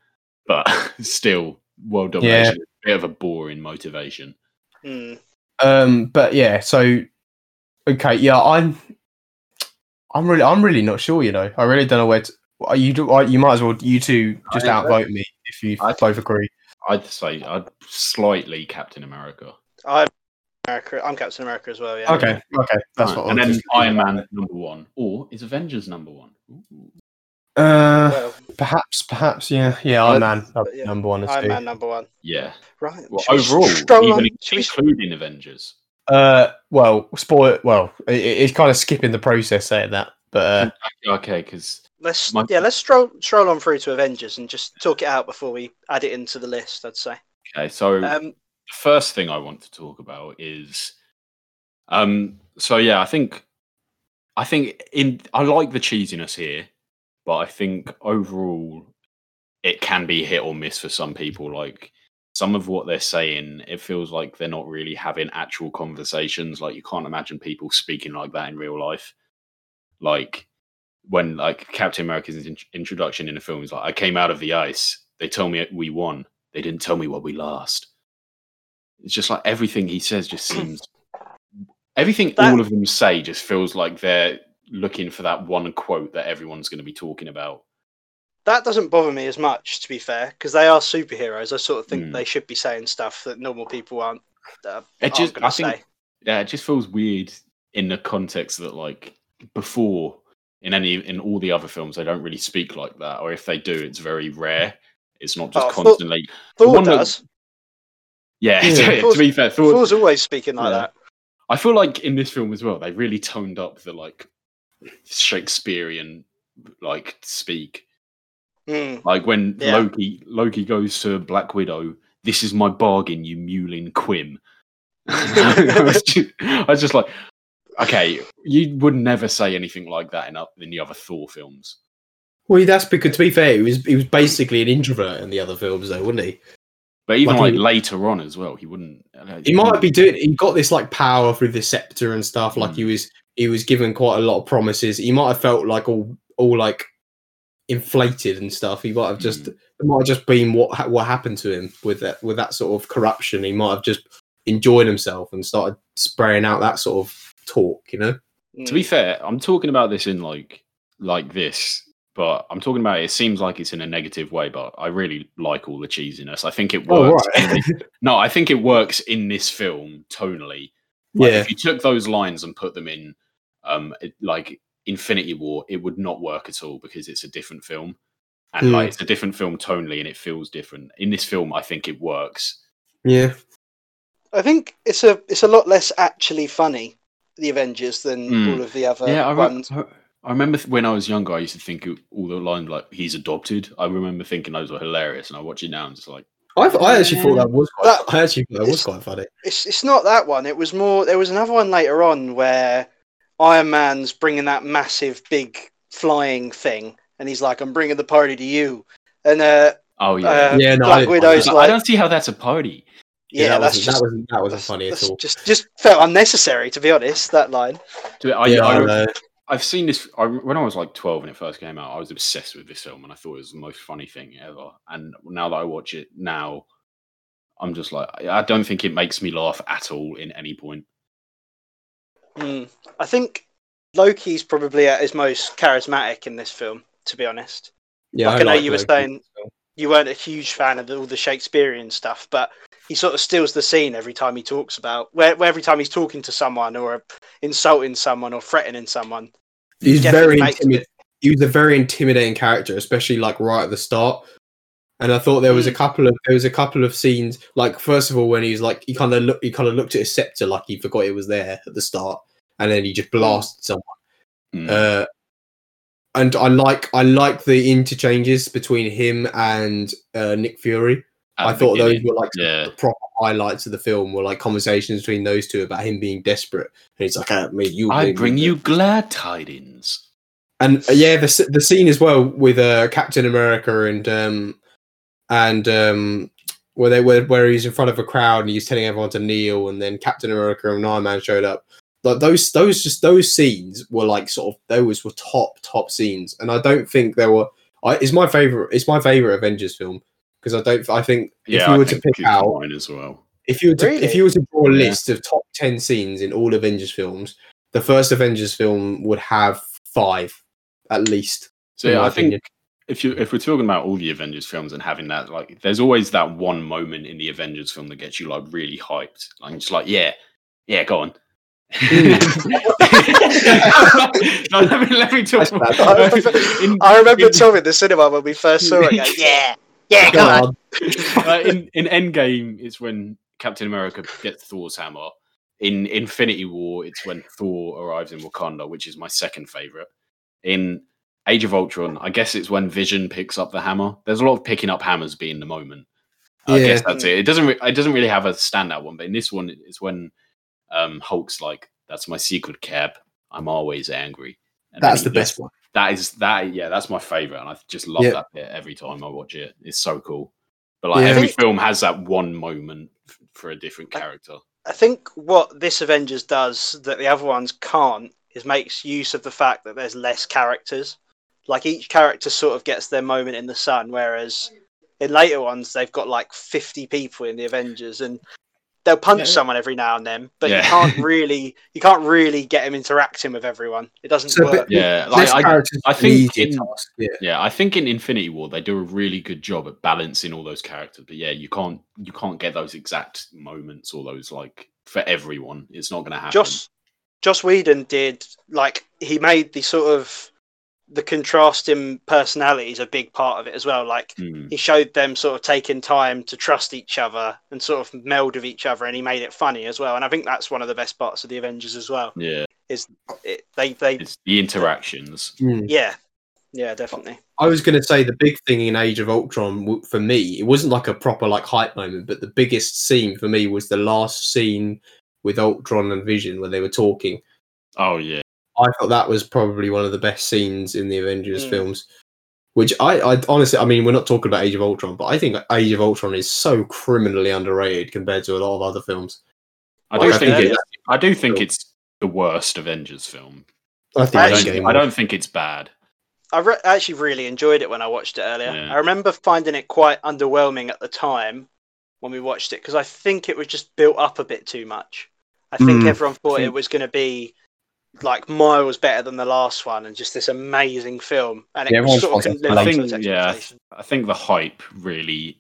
S3: but still, world domination is a bit of a boring motivation.
S2: Hmm.
S1: Um, but yeah, so okay, yeah, I'm, I'm really, I'm really not sure. You know, I really don't know where to. uh, You do, uh, you might as well you two just
S3: I-
S1: outvote me if you
S3: I-
S1: both agree.
S3: I'd say I'd slightly Captain America.
S2: I'm America. I'm Captain America as well. Yeah.
S1: Okay, okay, that's what.
S3: and
S1: I'll
S3: then
S1: just-
S3: Iron Man number one, or is Avengers number one? Ooh.
S1: Uh,
S2: Well,
S1: perhaps, perhaps, yeah, yeah, Iron Man, that'd be
S2: yeah,
S1: number one.
S2: Iron
S1: Iron
S2: Man number one.
S3: Yeah.
S2: Right.
S3: Well,
S2: should we
S3: overall,
S2: stroll on-
S3: even
S2: should we-
S3: including Avengers.
S1: Uh, well, spoil. Well, it, it's kind of skipping the process saying that, but uh,
S3: Okay, because
S2: let's
S3: My-
S2: yeah, let's stroll stroll on through to Avengers and just talk it out before we add it into the list. I'd say.
S3: okay, so
S2: Um,
S3: the first thing I want to talk about is, um, so yeah, I think, I think in I like the cheesiness here, but I think overall it can be hit or miss for some people. Like some of what they're saying, it feels like they're not really having actual conversations. Like you can't imagine people speaking like that in real life. Like when like Captain America's in- introduction in the film is like, "I came out of the ice. They told me we won. They didn't tell me what we lost." It's just like everything he says just seems everything
S2: That-
S3: all of them say just feels like they're looking for that one quote that everyone's going to be talking about.
S2: that doesn't bother me as much, to be fair, because they are superheroes. I sort of think
S3: Hmm.
S2: they should be saying stuff that normal people aren't. Uh,
S3: It
S2: aren't
S3: just,
S2: gonna
S3: I think,
S2: say.
S3: yeah, it just feels weird in the context that like before in any in all the other films they don't really speak like that or if they do it's very rare it's not just
S2: Oh, Thor-
S3: constantly
S2: Thor
S3: one that-
S2: does.
S3: yeah,
S1: Yeah.
S3: to be fair Thor-
S2: Thor's always speaking like
S3: Yeah.
S2: that.
S3: i feel like in this film as well they really toned up the like shakespearean like speak
S2: Mm.
S3: Like when
S2: Yeah.
S3: Loki Loki goes to Black Widow, this is my bargain, you mewling quim. I, was just, I was just like, okay, you would never say anything like that in, o- in the other Thor films.
S1: Well, that's because to be fair, he was he was basically an introvert in the other films, though, wasn't he?
S3: But even
S1: Like
S3: like,
S1: he-
S3: later on as well, he wouldn't. uh,
S1: He might be doing. He got this like power through the scepter and stuff. Like he was he was given quite a lot of promises. He might have felt like all all like inflated and stuff. He might have just it might have just been what ha- what happened to him with that with that sort of corruption. He might have just enjoyed himself and started spraying out that sort of talk. You know.
S3: To be
S2: Mm.
S3: fair, I'm talking about this in like like this, but I'm talking about it. It seems like it's in a negative way, but I really like all the cheesiness. I think it
S1: Oh,
S3: works. No, I think it works in this film tonally. Like,
S1: yeah.
S3: If you took those lines and put them in, um, it- like Infinity War, it would not work at all because it's a different film, and like
S1: Mm.
S3: it's a different film tonally, and it feels different. In this film, I think it works.
S1: Yeah.
S2: I think it's a it's a lot less actually funny, the Avengers, than
S3: Mm.
S2: all of the other
S3: yeah, I, re-
S2: ones.
S3: I- I remember th- when I was younger, I used to think it- all the lines like "he's adopted." I remember thinking those were hilarious, and I watch it now and just like,
S1: I, I actually thought that was quite,
S2: That-
S1: I actually thought that was
S2: it's-
S1: quite funny.
S2: It's it's not that one. It was more. There was another one later on where Iron Man's bringing that massive big flying thing, and he's like, "I'm bringing the party to you." And uh,
S3: "Oh yeah."
S2: Uh,
S1: Yeah, no, I didn't
S2: Black
S3: I,
S1: find
S2: Widow's
S1: that.
S3: don't- I
S2: like,
S3: don't see how that's a parody.
S2: yeah,
S1: that
S2: that's
S1: wasn't,
S2: just
S1: that wasn't that wasn't
S2: that's-
S1: funny at
S2: that's
S1: all.
S2: Just just felt unnecessary, to be honest. That line.
S3: To- I,
S1: yeah,
S3: I
S1: I
S3: re-
S1: know.
S3: I've seen this I, when I was like 12 when it first came out. I was obsessed with this film and I thought it was the most funny thing ever. And now that I watch it now, I'm just like, I I don't think it makes me laugh at all in any point.
S2: Mm. I think Loki's probably at his most charismatic in this film. To be honest,
S1: Yeah,
S2: Like, I know
S1: like
S2: you were
S1: Loki.
S2: saying- you weren't a huge fan of all the Shakespearean stuff, but he sort of steals the scene every time he talks about where, where every time he's talking to someone or insulting someone or threatening someone.
S1: he's
S2: Definitely
S1: very
S2: makes
S1: intimi- he was a very intimidating character, especially like right at the start. And I thought there was a couple of there was a couple of scenes. Like first of all, when he was like he kind of look he kind of looked at his scepter like he forgot it was there at the start, and then he just blasted someone.
S3: Mm.
S1: Uh, and I like I like the interchanges between him and uh, Nick Fury.
S3: At
S1: I
S3: the
S1: thought those
S3: beginning.
S1: were like
S3: Yeah.
S1: the proper highlights of the film were like conversations between those two about him being desperate, and he's like, "I mean, you."
S3: I
S1: made me
S3: bring
S1: do
S3: you
S1: it."
S3: glad tidings.
S1: and uh, yeah, the s- the scene as well with uh, Captain America and um and um where they where where he's in front of a crowd and he's telling everyone to kneel, and then Captain America and Iron Man showed up. Like those those just those scenes were like sort of those were top top scenes, and I don't think there were. I, it's my favorite. It's my favorite Avengers film because I don't. I think if
S3: Yeah,
S1: you
S3: I
S1: were to
S3: think
S1: pick
S3: it's
S1: out
S3: mine as well.
S1: if you were to, if
S2: Really?
S1: you were to draw a
S3: Yeah.
S1: list of top ten scenes in all Avengers films, the first Avengers film would have five at least.
S3: So
S1: in
S3: yeah,
S1: my
S3: I think
S1: opinion.
S3: if you if we're talking about all the Avengers films and having that like there's always that one moment in the Avengers film that gets you like really hyped. Like just like, yeah, yeah, go on.
S1: Hmm.
S3: No, let, me, let me talk
S1: That's
S3: more.
S1: bad.
S2: I remember,
S3: In-
S2: I remember
S3: in-
S2: Tom in the cinema when we first saw it. Going, yeah, yeah,
S1: Go
S2: go on.
S1: on.
S3: like, Uh, in, in Endgame, it's when Captain America gets Thor's hammer. In Infinity War, it's when Thor arrives in Wakanda, which is my second favorite. In Age of Ultron, I guess it's when Vision picks up the hammer. There's a lot of picking up hammers being the moment. I
S1: Yeah.
S3: guess that's it. It doesn't. Re- it doesn't really have a standout one, but in this one, it's when um, Hulk's like, "That's my secret cab. I'm always angry." And then
S1: That's
S3: he
S1: the
S3: gets
S1: best one.
S3: that is that yeah that's my favorite and i just love
S1: Yeah.
S3: that bit every time i watch it it's so cool but like
S1: Yeah.
S3: every
S2: I think-
S3: film has that one moment f- for a different
S2: I-
S3: character
S2: I think what this Avengers does that the other ones can't is makes use of the fact that there's less characters. Like each character sort of gets their moment in the sun, whereas in later ones they've got like 50 people in the Avengers and they'll punch
S3: Yeah.
S2: someone every now and then, but
S3: Yeah.
S2: you can't really you can't really get them interacting with everyone. It doesn't
S1: So,
S2: work.
S1: but-
S3: yeah like,
S1: Less
S3: I,
S1: characters
S3: I
S1: is an
S3: think
S1: easier
S3: in-
S1: task, yeah.
S3: yeah i think in infinity war they do a really good job at balancing all those characters but yeah you can't you can't get those exact moments or those like for everyone it's not going to happen
S2: Joss Joss Whedon did like he made the sort of the contrasting personality is a big part of it as well. Like
S3: Mm.
S2: he showed them sort of taking time to trust each other and sort of meld with each other, and he made it funny as well. And I think that's one of the best parts of the Avengers as well.
S3: Yeah,
S2: It, they, they,
S3: it's the interactions.
S2: yeah, yeah, definitely.
S1: Hmm. I was going to say the big thing in Age of Ultron w- for me, it wasn't like a proper like hype moment, but the biggest scene for me was the last scene with Ultron and Vision where they were talking.
S3: Oh yeah,
S1: I thought that was probably one of the best scenes in the Avengers
S2: Mm.
S1: films. Which I, I honestly, I mean, we're not talking about Age of Ultron, but I think Age of Ultron is so criminally underrated compared to a lot of other films.
S3: I
S1: Like,
S3: do
S2: I
S3: think
S2: think
S3: it, I do think
S1: Cool.
S3: it's the worst Avengers film.
S1: I think
S3: I
S2: Actually-
S1: Endgame
S3: don't, I don't think it's bad.
S2: I re- actually really enjoyed it when I watched it earlier.
S3: Yeah.
S2: I remember finding it quite underwhelming at the time when we watched it because I think it was just built up a bit too much. I think
S1: Mm,
S2: everyone thought it
S3: think-
S2: was going to be like miles better than the last one and just this amazing film, and it
S1: Yeah, everyone
S2: sort
S1: thought
S2: of couldn't
S1: that.
S2: live
S1: I
S2: up to
S3: think-
S2: its
S3: yeah.
S2: expectations.
S3: I think the hype really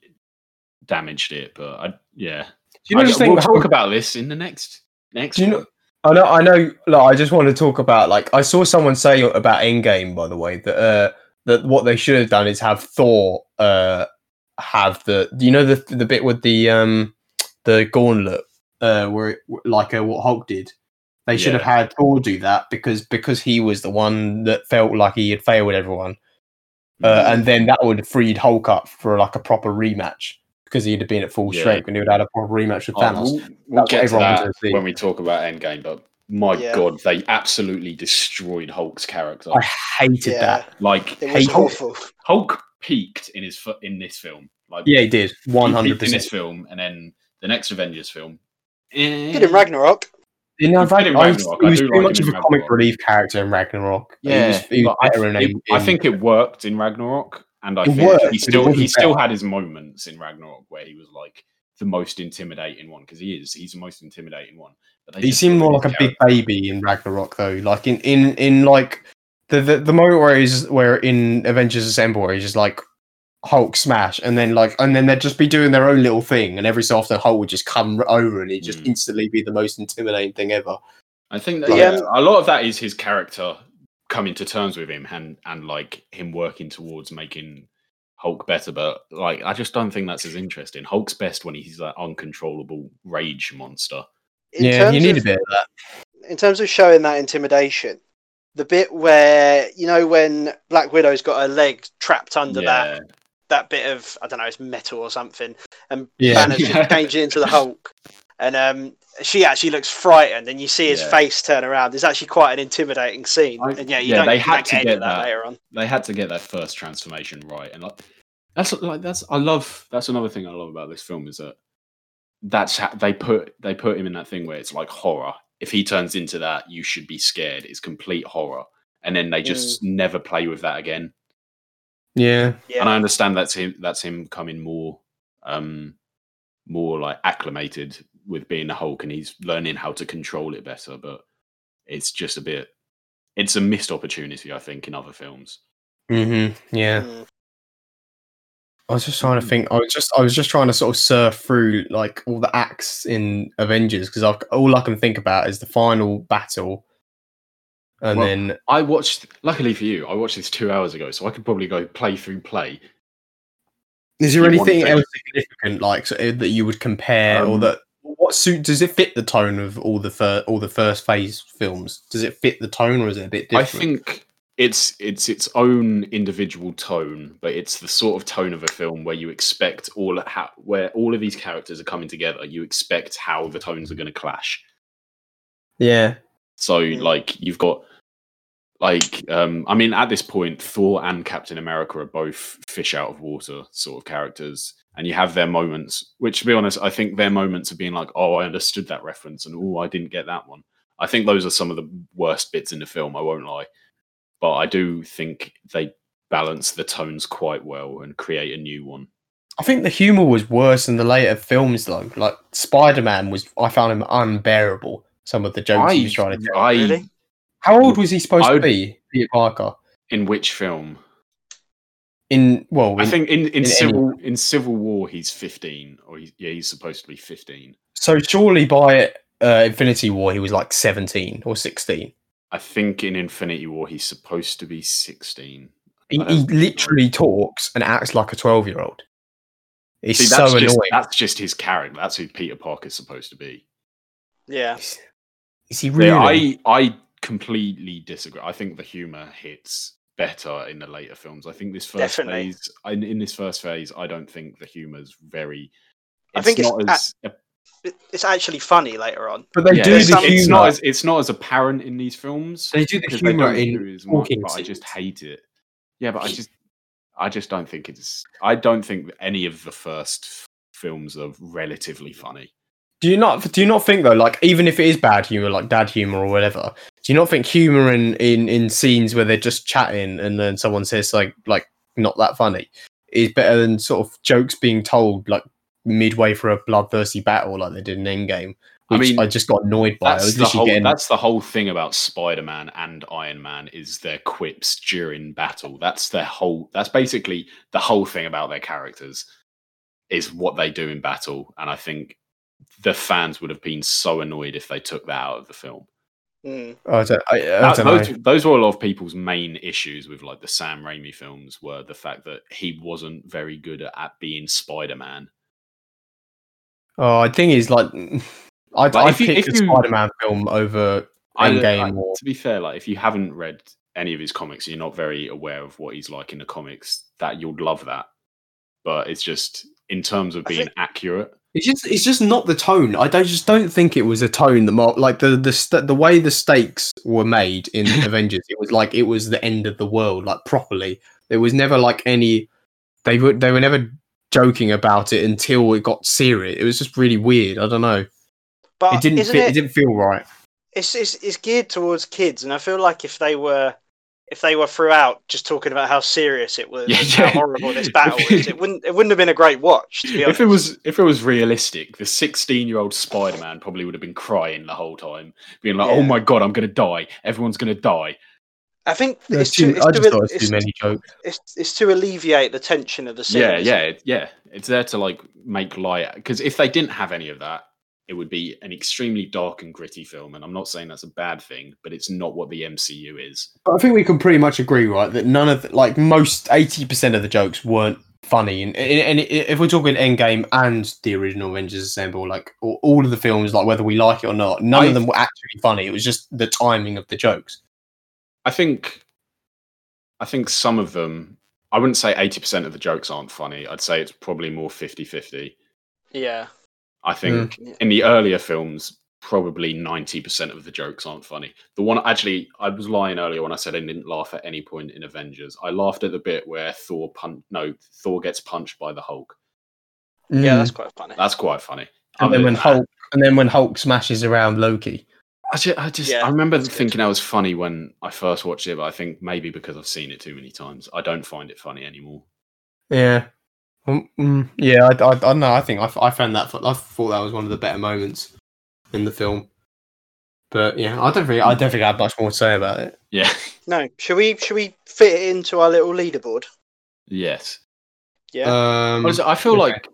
S3: damaged it, but I, yeah,
S1: Do you know
S3: I-
S1: the thing
S3: we'll
S1: about-
S3: talk about this in the next next.
S1: Do you know-
S3: one.
S1: I know, I know. Like, I just want to talk about like I saw someone say about Endgame, by the way, that uh, that what they should have done is have Thor uh have the you know the the bit with the um the gauntlet uh where it, like uh, what Hulk did. They should
S3: Yeah.
S1: have had Thor do that because because he was the one that felt like he had failed everyone, uh,
S3: Mm-hmm.
S1: and then that would have freed Hulk up for like a proper rematch because he'd have been at full
S3: Yeah.
S1: strength and he would have had a proper rematch with
S3: Oh,
S1: Thanos.
S3: we'll, we'll
S1: what
S3: get to
S1: everyone
S3: that
S1: wants to see.
S3: when we talk about Endgame, but my
S2: Yeah.
S3: god, they absolutely destroyed Hulk's character.
S1: I hated that.
S2: Yeah,
S3: like
S2: it was
S1: Hey,
S2: awful.
S3: Hulk peaked in his fi- in this film. Like
S1: Yeah, he did one
S3: he
S1: hundred
S3: peaked in
S1: percent.
S3: this film, and then the next Avengers film.
S2: Good in Ragnarok.
S1: You know,
S3: He's good in
S1: Ragnar- I was,
S3: Ragnarok.
S1: he
S3: I
S1: was
S3: do
S1: too
S3: like
S1: much
S3: him
S1: of a
S3: in
S1: comic
S3: Ragnarok.
S1: relief character in Ragnarok. he was, he was
S3: but
S1: better in,
S3: I,
S1: in.
S3: it- I think it worked in Ragnarok, and I
S1: It
S3: think
S1: worked, but
S3: he
S1: it
S3: still
S1: wasn't
S3: he still had his moments in Ragnarok where he was like the most intimidating one because he is he's the most intimidating one. But they
S1: he
S3: just
S1: seemed more
S3: ruined
S1: like a
S3: his
S1: big
S3: character.
S1: baby in Ragnarok, though. Like in in in like the the, the moment where he's where in Avengers Assemble, where he's just like Hulk smash, and then like and then they'd just be doing their own little thing, and every so often Hulk would just come r- over, and he'd just
S3: Mm.
S1: instantly be the most intimidating thing ever.
S3: I think
S1: Like- um,
S3: that, yeah, a lot of that is his character coming to terms with him and and like him working towards making Hulk better. But like, I just don't think that's as interesting. Hulk's best when he's that uncontrollable rage monster.
S2: In
S1: yeah, you
S2: terms
S1: need
S2: of-
S1: a bit of that.
S2: in terms of showing that intimidation, the bit where you know when Black Widow's got her leg trapped under that that bit of I don't know, it's metal or something, and
S1: Yeah.
S2: Banner's
S3: Yeah.
S2: just changing into the Hulk, and um, she actually looks frightened, and you see his
S3: Yeah.
S2: face turn around. It's actually quite an intimidating scene,
S3: I-
S2: and yeah, you
S3: yeah,
S2: don't
S3: they
S2: you
S3: had
S2: don't
S3: to
S2: get any
S3: get
S2: of that,
S3: that.
S2: later on.
S3: they had to get that first transformation right and like that's like that's i love that's another thing i love about this film is that that's how they put they put him in that thing where it's like horror if he turns into that you should be scared it's complete horror and then they just never play with that again
S1: Yeah,
S2: Yeah,
S3: and i understand that's him that's him coming more um more like acclimated with being a hulk and he's learning how to control it better but it's just a bit it's a missed opportunity i think in other films
S1: mm-hmm. yeah.
S2: Mm.
S1: I was just trying to think. I was just I was just trying to sort of surf through like all the acts in Avengers because all I can think about is the final battle, and
S3: Well-
S1: then
S3: I watched. Luckily for you, I watched this two hours ago, so I could probably go play through play.
S1: is there
S3: you
S1: anything
S3: want to-
S1: else significant like so, eh, that you would compare or
S3: Um,
S1: that what suit does it fit the tone of all the fir- all the first phase films? Does it fit the tone or is it a bit different?
S3: I think it's it's its own individual tone, but it's the sort of tone of a film where you expect all how, where all of these characters are coming together. You expect how the tones are going to clash.
S1: yeah,
S3: So
S2: Mm.
S3: like you've got like um I mean at this point Thor and Captain America are both fish out of water sort of characters and you have their moments which to be honest I think their moments of being like oh I understood that reference and oh I didn't get that one. I think those are some of the worst bits in the film I won't lie. But I do think they balance the tones quite well and create a new one.
S1: I think the humor was worse in the later films though. Like Spider Man was, I found him unbearable. Some of the jokes he was trying to.
S3: I
S2: Really?
S1: How old was he supposed
S3: I
S1: to
S3: would-
S1: be, Peter Parker?
S3: in which film?
S1: In well,
S3: I
S1: in-
S3: think in, in,
S1: any-
S3: civil in Civil War he's fifteen, or he's, yeah, he's supposed to be fifteen.
S1: So surely by uh, Infinity War he was like seventeen or sixteen.
S3: I think in Infinity War he's supposed to be sixteen.
S1: He,
S3: I
S1: he
S3: don't-
S1: literally talks and acts like a 12 year old. It's
S3: See,
S1: so
S3: that's
S1: annoying.
S3: just, That's just his character. That's who Peter Parker's supposed to be.
S2: Yeah.
S1: Is he
S3: Yeah,
S1: really?
S3: I I completely disagree. I think the humor hits better in the later films. I think this first
S2: Definitely.
S3: phase, in, in this first phase, I don't think the humor's very.
S2: I think it's
S3: not
S2: at-
S3: as ap-
S2: It- It's actually funny later on.
S1: But they
S3: yeah,
S1: do
S3: it's,
S1: the
S2: some-
S3: it's not
S1: humor.
S3: as it's not as apparent in these films.
S1: They do the
S3: 'cause they
S1: humor
S3: don't
S1: in
S3: do as much,
S1: talking
S3: but I
S1: scenes.
S3: just hate it. Yeah, but I just I just don't think it's I don't think any of the first f- films are relatively funny.
S1: Do you not? Do you not think though? Like, even if it is bad humor, like dad humor or whatever, do you not think humor in in in scenes where they're just chatting and then someone says like like not that funny is better than sort of jokes being told like midway for a bloodthirsty battle like they did in Endgame,
S3: I
S1: which I,
S3: mean,
S1: just got annoyed by. I
S3: That's
S1: was
S3: the,
S1: literally
S3: whole,
S1: getting
S3: that's the whole thing about Spider-Man and Iron Man is their quips during battle. That's their whole that's basically the whole thing about their characters is what they do in battle. And I think the fans would have been so annoyed if they took that out of the film.
S2: Mm.
S1: I don't, I, I
S3: That-
S1: don't
S3: those,
S1: know.
S3: those were a lot of people's main issues with like the Sam Raimi films were the fact that he wasn't very good at, at being Spider-Man.
S1: Oh, the thing is like. I'd,
S3: Well,
S1: I'd
S3: if you-
S1: pick
S3: if
S1: a
S3: you-
S1: Spider-Man film over
S3: I-
S1: Endgame
S3: I-
S1: or-
S3: to be fair, like if you haven't read any of his comics, you're not very aware of what he's like in the comics. That you'll love that, but it's just in terms of
S2: I
S3: being
S2: think-
S3: accurate.
S1: It's just it's just not the tone. I, don't- just don't think it was a tone that Mark like the the st- the way the stakes were made in Avengers. It was like it was the end of the world, like properly. There was never like any they were they were never joking about it until it got serious. It was just really weird. I don't know.
S2: But
S1: It didn't
S2: isn't
S1: fit, it,
S2: it,
S1: didn't feel right.
S2: it's, it's it's geared towards kids, and I feel like if they were if they were throughout just talking about how serious it was,
S3: Yeah,
S2: and
S3: yeah.
S2: how horrible this battle
S3: If-
S2: is, it wouldn't it wouldn't have been a great watch. To be honest.
S3: If it was if it was realistic, the 16 year old Spider Man probably would have been crying the whole time, being like, "Oh
S2: Yeah.
S3: my god, I'm gonna die! Everyone's gonna die!"
S2: I think
S1: There's
S2: it's, to,
S1: too-
S2: it's,
S1: I
S2: to,
S1: just thought it was
S2: it's,
S1: too many jokes.
S2: it's it's to alleviate the tension of the scene.
S3: Yeah,
S2: isn't
S3: yeah,
S2: it?
S3: it- yeah. It's there to like make light because if they didn't have any of that, it would be an extremely dark and gritty film. And I'm not saying that's a bad thing, but it's not what the MCU is.
S1: But I think we can pretty much agree, right, that none of the, like most eighty percent of the jokes weren't funny. And, and, and if we're talking Endgame and the original Avengers Assemble, like all, all of the films, like whether we like it or not, none
S3: I-
S1: of them were actually funny. It was just the timing of the jokes.
S3: I think I think some of them I wouldn't say 80% of the jokes aren't funny. I'd say it's probably more 50-50.
S2: yeah.
S3: I think
S1: Hmm.
S2: Yeah.
S3: in the earlier films probably 90% of the jokes aren't funny. The one actually I was lying earlier when I said I didn't laugh at any point in Avengers. I laughed at the bit where Thor punch no Thor gets punched by the Hulk.
S2: Yeah, that's quite funny.
S3: That's quite funny.
S1: and
S3: Other
S1: then
S3: than
S1: when
S3: that-
S1: Hulk and then when Hulk smashes around Loki.
S3: I just, I, just,
S2: Yeah,
S3: I remember
S2: that's good.
S3: thinking that was funny when I first watched it, but I think maybe because I've seen it too many times, I don't find it funny anymore.
S1: Yeah. Um, mm, yeah, I, I, I don't know. I think I, f- I found that I thought that was one of the better moments in the film. But yeah, I don't think I don't think I have much more to say about it.
S3: Yeah.
S2: No, should we should we fit it into our little leaderboard?
S3: yes.
S2: Yeah.
S3: Uh,
S1: Um,
S3: Honestly, I feel
S1: okay.
S3: like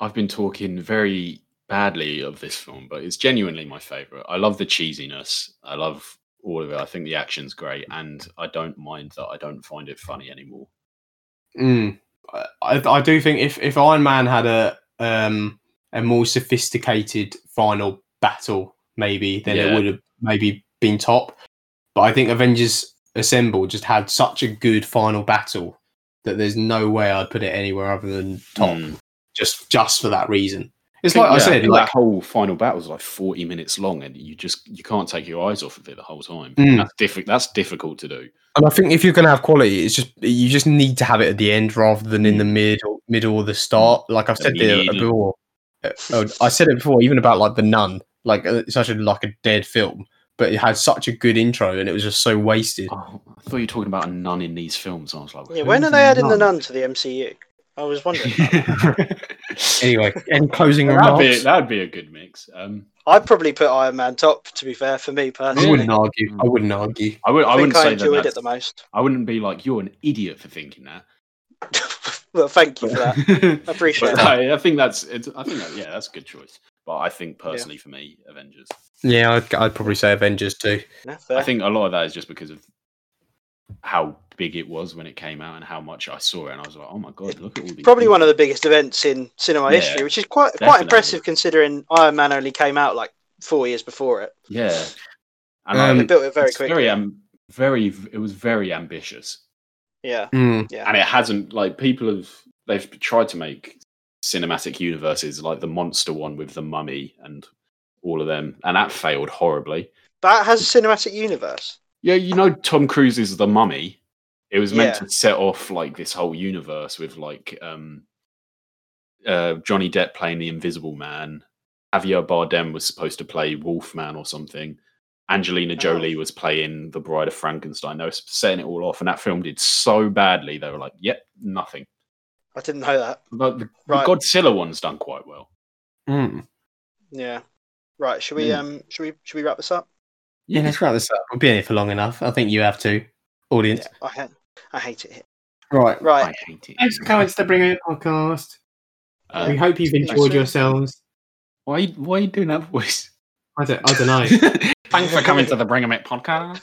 S3: I've been talking very badly of this film, but it's genuinely my favorite. I love the cheesiness. I love all of it. I think the action's great, and I don't mind that I don't find it funny anymore.
S1: Mm. I, I I do think if, if Iron Man had a um a more sophisticated final battle, maybe then
S3: Yeah.
S1: it would have maybe been top. But I think Avengers Assemble just had such a good final battle that there's no way I'd put it anywhere other than top.
S3: Mm.
S1: Just just for that reason. It's like I
S3: Yeah,
S1: said,
S3: think
S1: like
S3: that whole final battle's like forty minutes long, and you just you can't take your eyes off of it the whole time.
S1: Mm.
S3: That's difficult. That's difficult to do.
S1: And I think if you're going to have quality, it's just you just need to have it at the end rather than in the mid or middle or the start. Like I've said
S3: Yeah, you
S1: there
S3: need it.
S1: before, Uh, oh, I said it before, even about like the Nun, like uh, it's such a like a dead film, but it had such a good intro and it was just so wasted.
S3: Oh, I thought you were talking about a nun in these films. I was like,
S2: Yeah, when are they adding the nun to the MCU? I was wondering. about that.
S1: Anyway, any closing
S3: that'd be
S1: remarks?
S3: that'd be a good mix. Um,
S2: I'd probably put Iron Man top. To be fair, for me
S1: I
S2: personally,
S1: wouldn't argue. I wouldn't argue.
S3: I would. I,
S2: I,
S3: wouldn't
S2: think I
S3: say that.
S2: enjoyed
S3: that's-
S2: it the most.
S3: I wouldn't be like you're an idiot for thinking that.
S2: well, thank you for that. I appreciate
S3: But
S2: that.
S3: I, I think that's. It's, I think that, yeah, that's a good choice. But I think personally, for me, Avengers.
S1: Yeah, I'd, I'd probably say Avengers too.
S2: Yeah, fair.
S3: I think a lot of that is just because of how big it was when it came out and how much I saw it, and I was like, "Oh my god, look at all these!"
S2: Probably
S3: people."
S2: one of the biggest events in cinema
S3: Yeah,
S2: history, which is quite quite
S3: definitely.
S2: impressive considering Iron Man only came out like four years before it.
S3: yeah. And
S1: Um,
S2: They built it very
S3: it's
S2: quickly.
S3: Very, um, very. It was very ambitious,
S2: yeah,
S1: Mm.
S2: yeah.
S3: and it hasn't like people have they've tried to make cinematic universes like the monster one with the mummy and all of them, and that failed horribly.
S2: that has a cinematic universe.
S3: Yeah, you know Tom Cruise's The Mummy. It was meant
S2: Yeah.
S3: to set off like this whole universe with like um uh Johnny Depp playing the Invisible Man. Javier Bardem was supposed to play Wolfman or something. Angelina Jolie was playing the Bride of Frankenstein. They were setting it all off, and that film did so badly. They were like, "Yep, nothing."
S2: I didn't know that.
S3: But the,
S2: Right.
S3: the Godzilla one's done quite well.
S1: Mm.
S2: Yeah. Right. Should we
S3: Mm.
S2: um? Should we should we wrap this up?
S1: Yeah, let's wrap this up. We've been here for long enough. I think you have to, audience.
S2: Yeah. I ha- I hate it. here.
S1: Right.
S2: Right.
S3: I hate it.
S1: Thanks, guys, to bring out podcast.
S3: Uh,
S1: we hope you've
S2: Thanks,
S1: enjoyed
S2: sir.
S1: yourselves.
S3: why? Why are you doing that voice?
S1: I don't, I don't know.
S3: Thanks for coming to the Bring 'Em It podcast.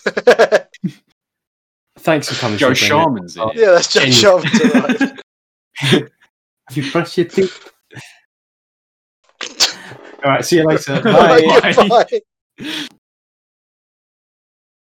S1: Thanks for coming. to
S3: Joe
S1: bring it.
S3: Sharman's in it.
S2: yeah, that's just
S1: Anyway.
S2: job tonight.
S1: Have you brushed your teeth? All right. See you later.
S3: Bye.
S2: Bye.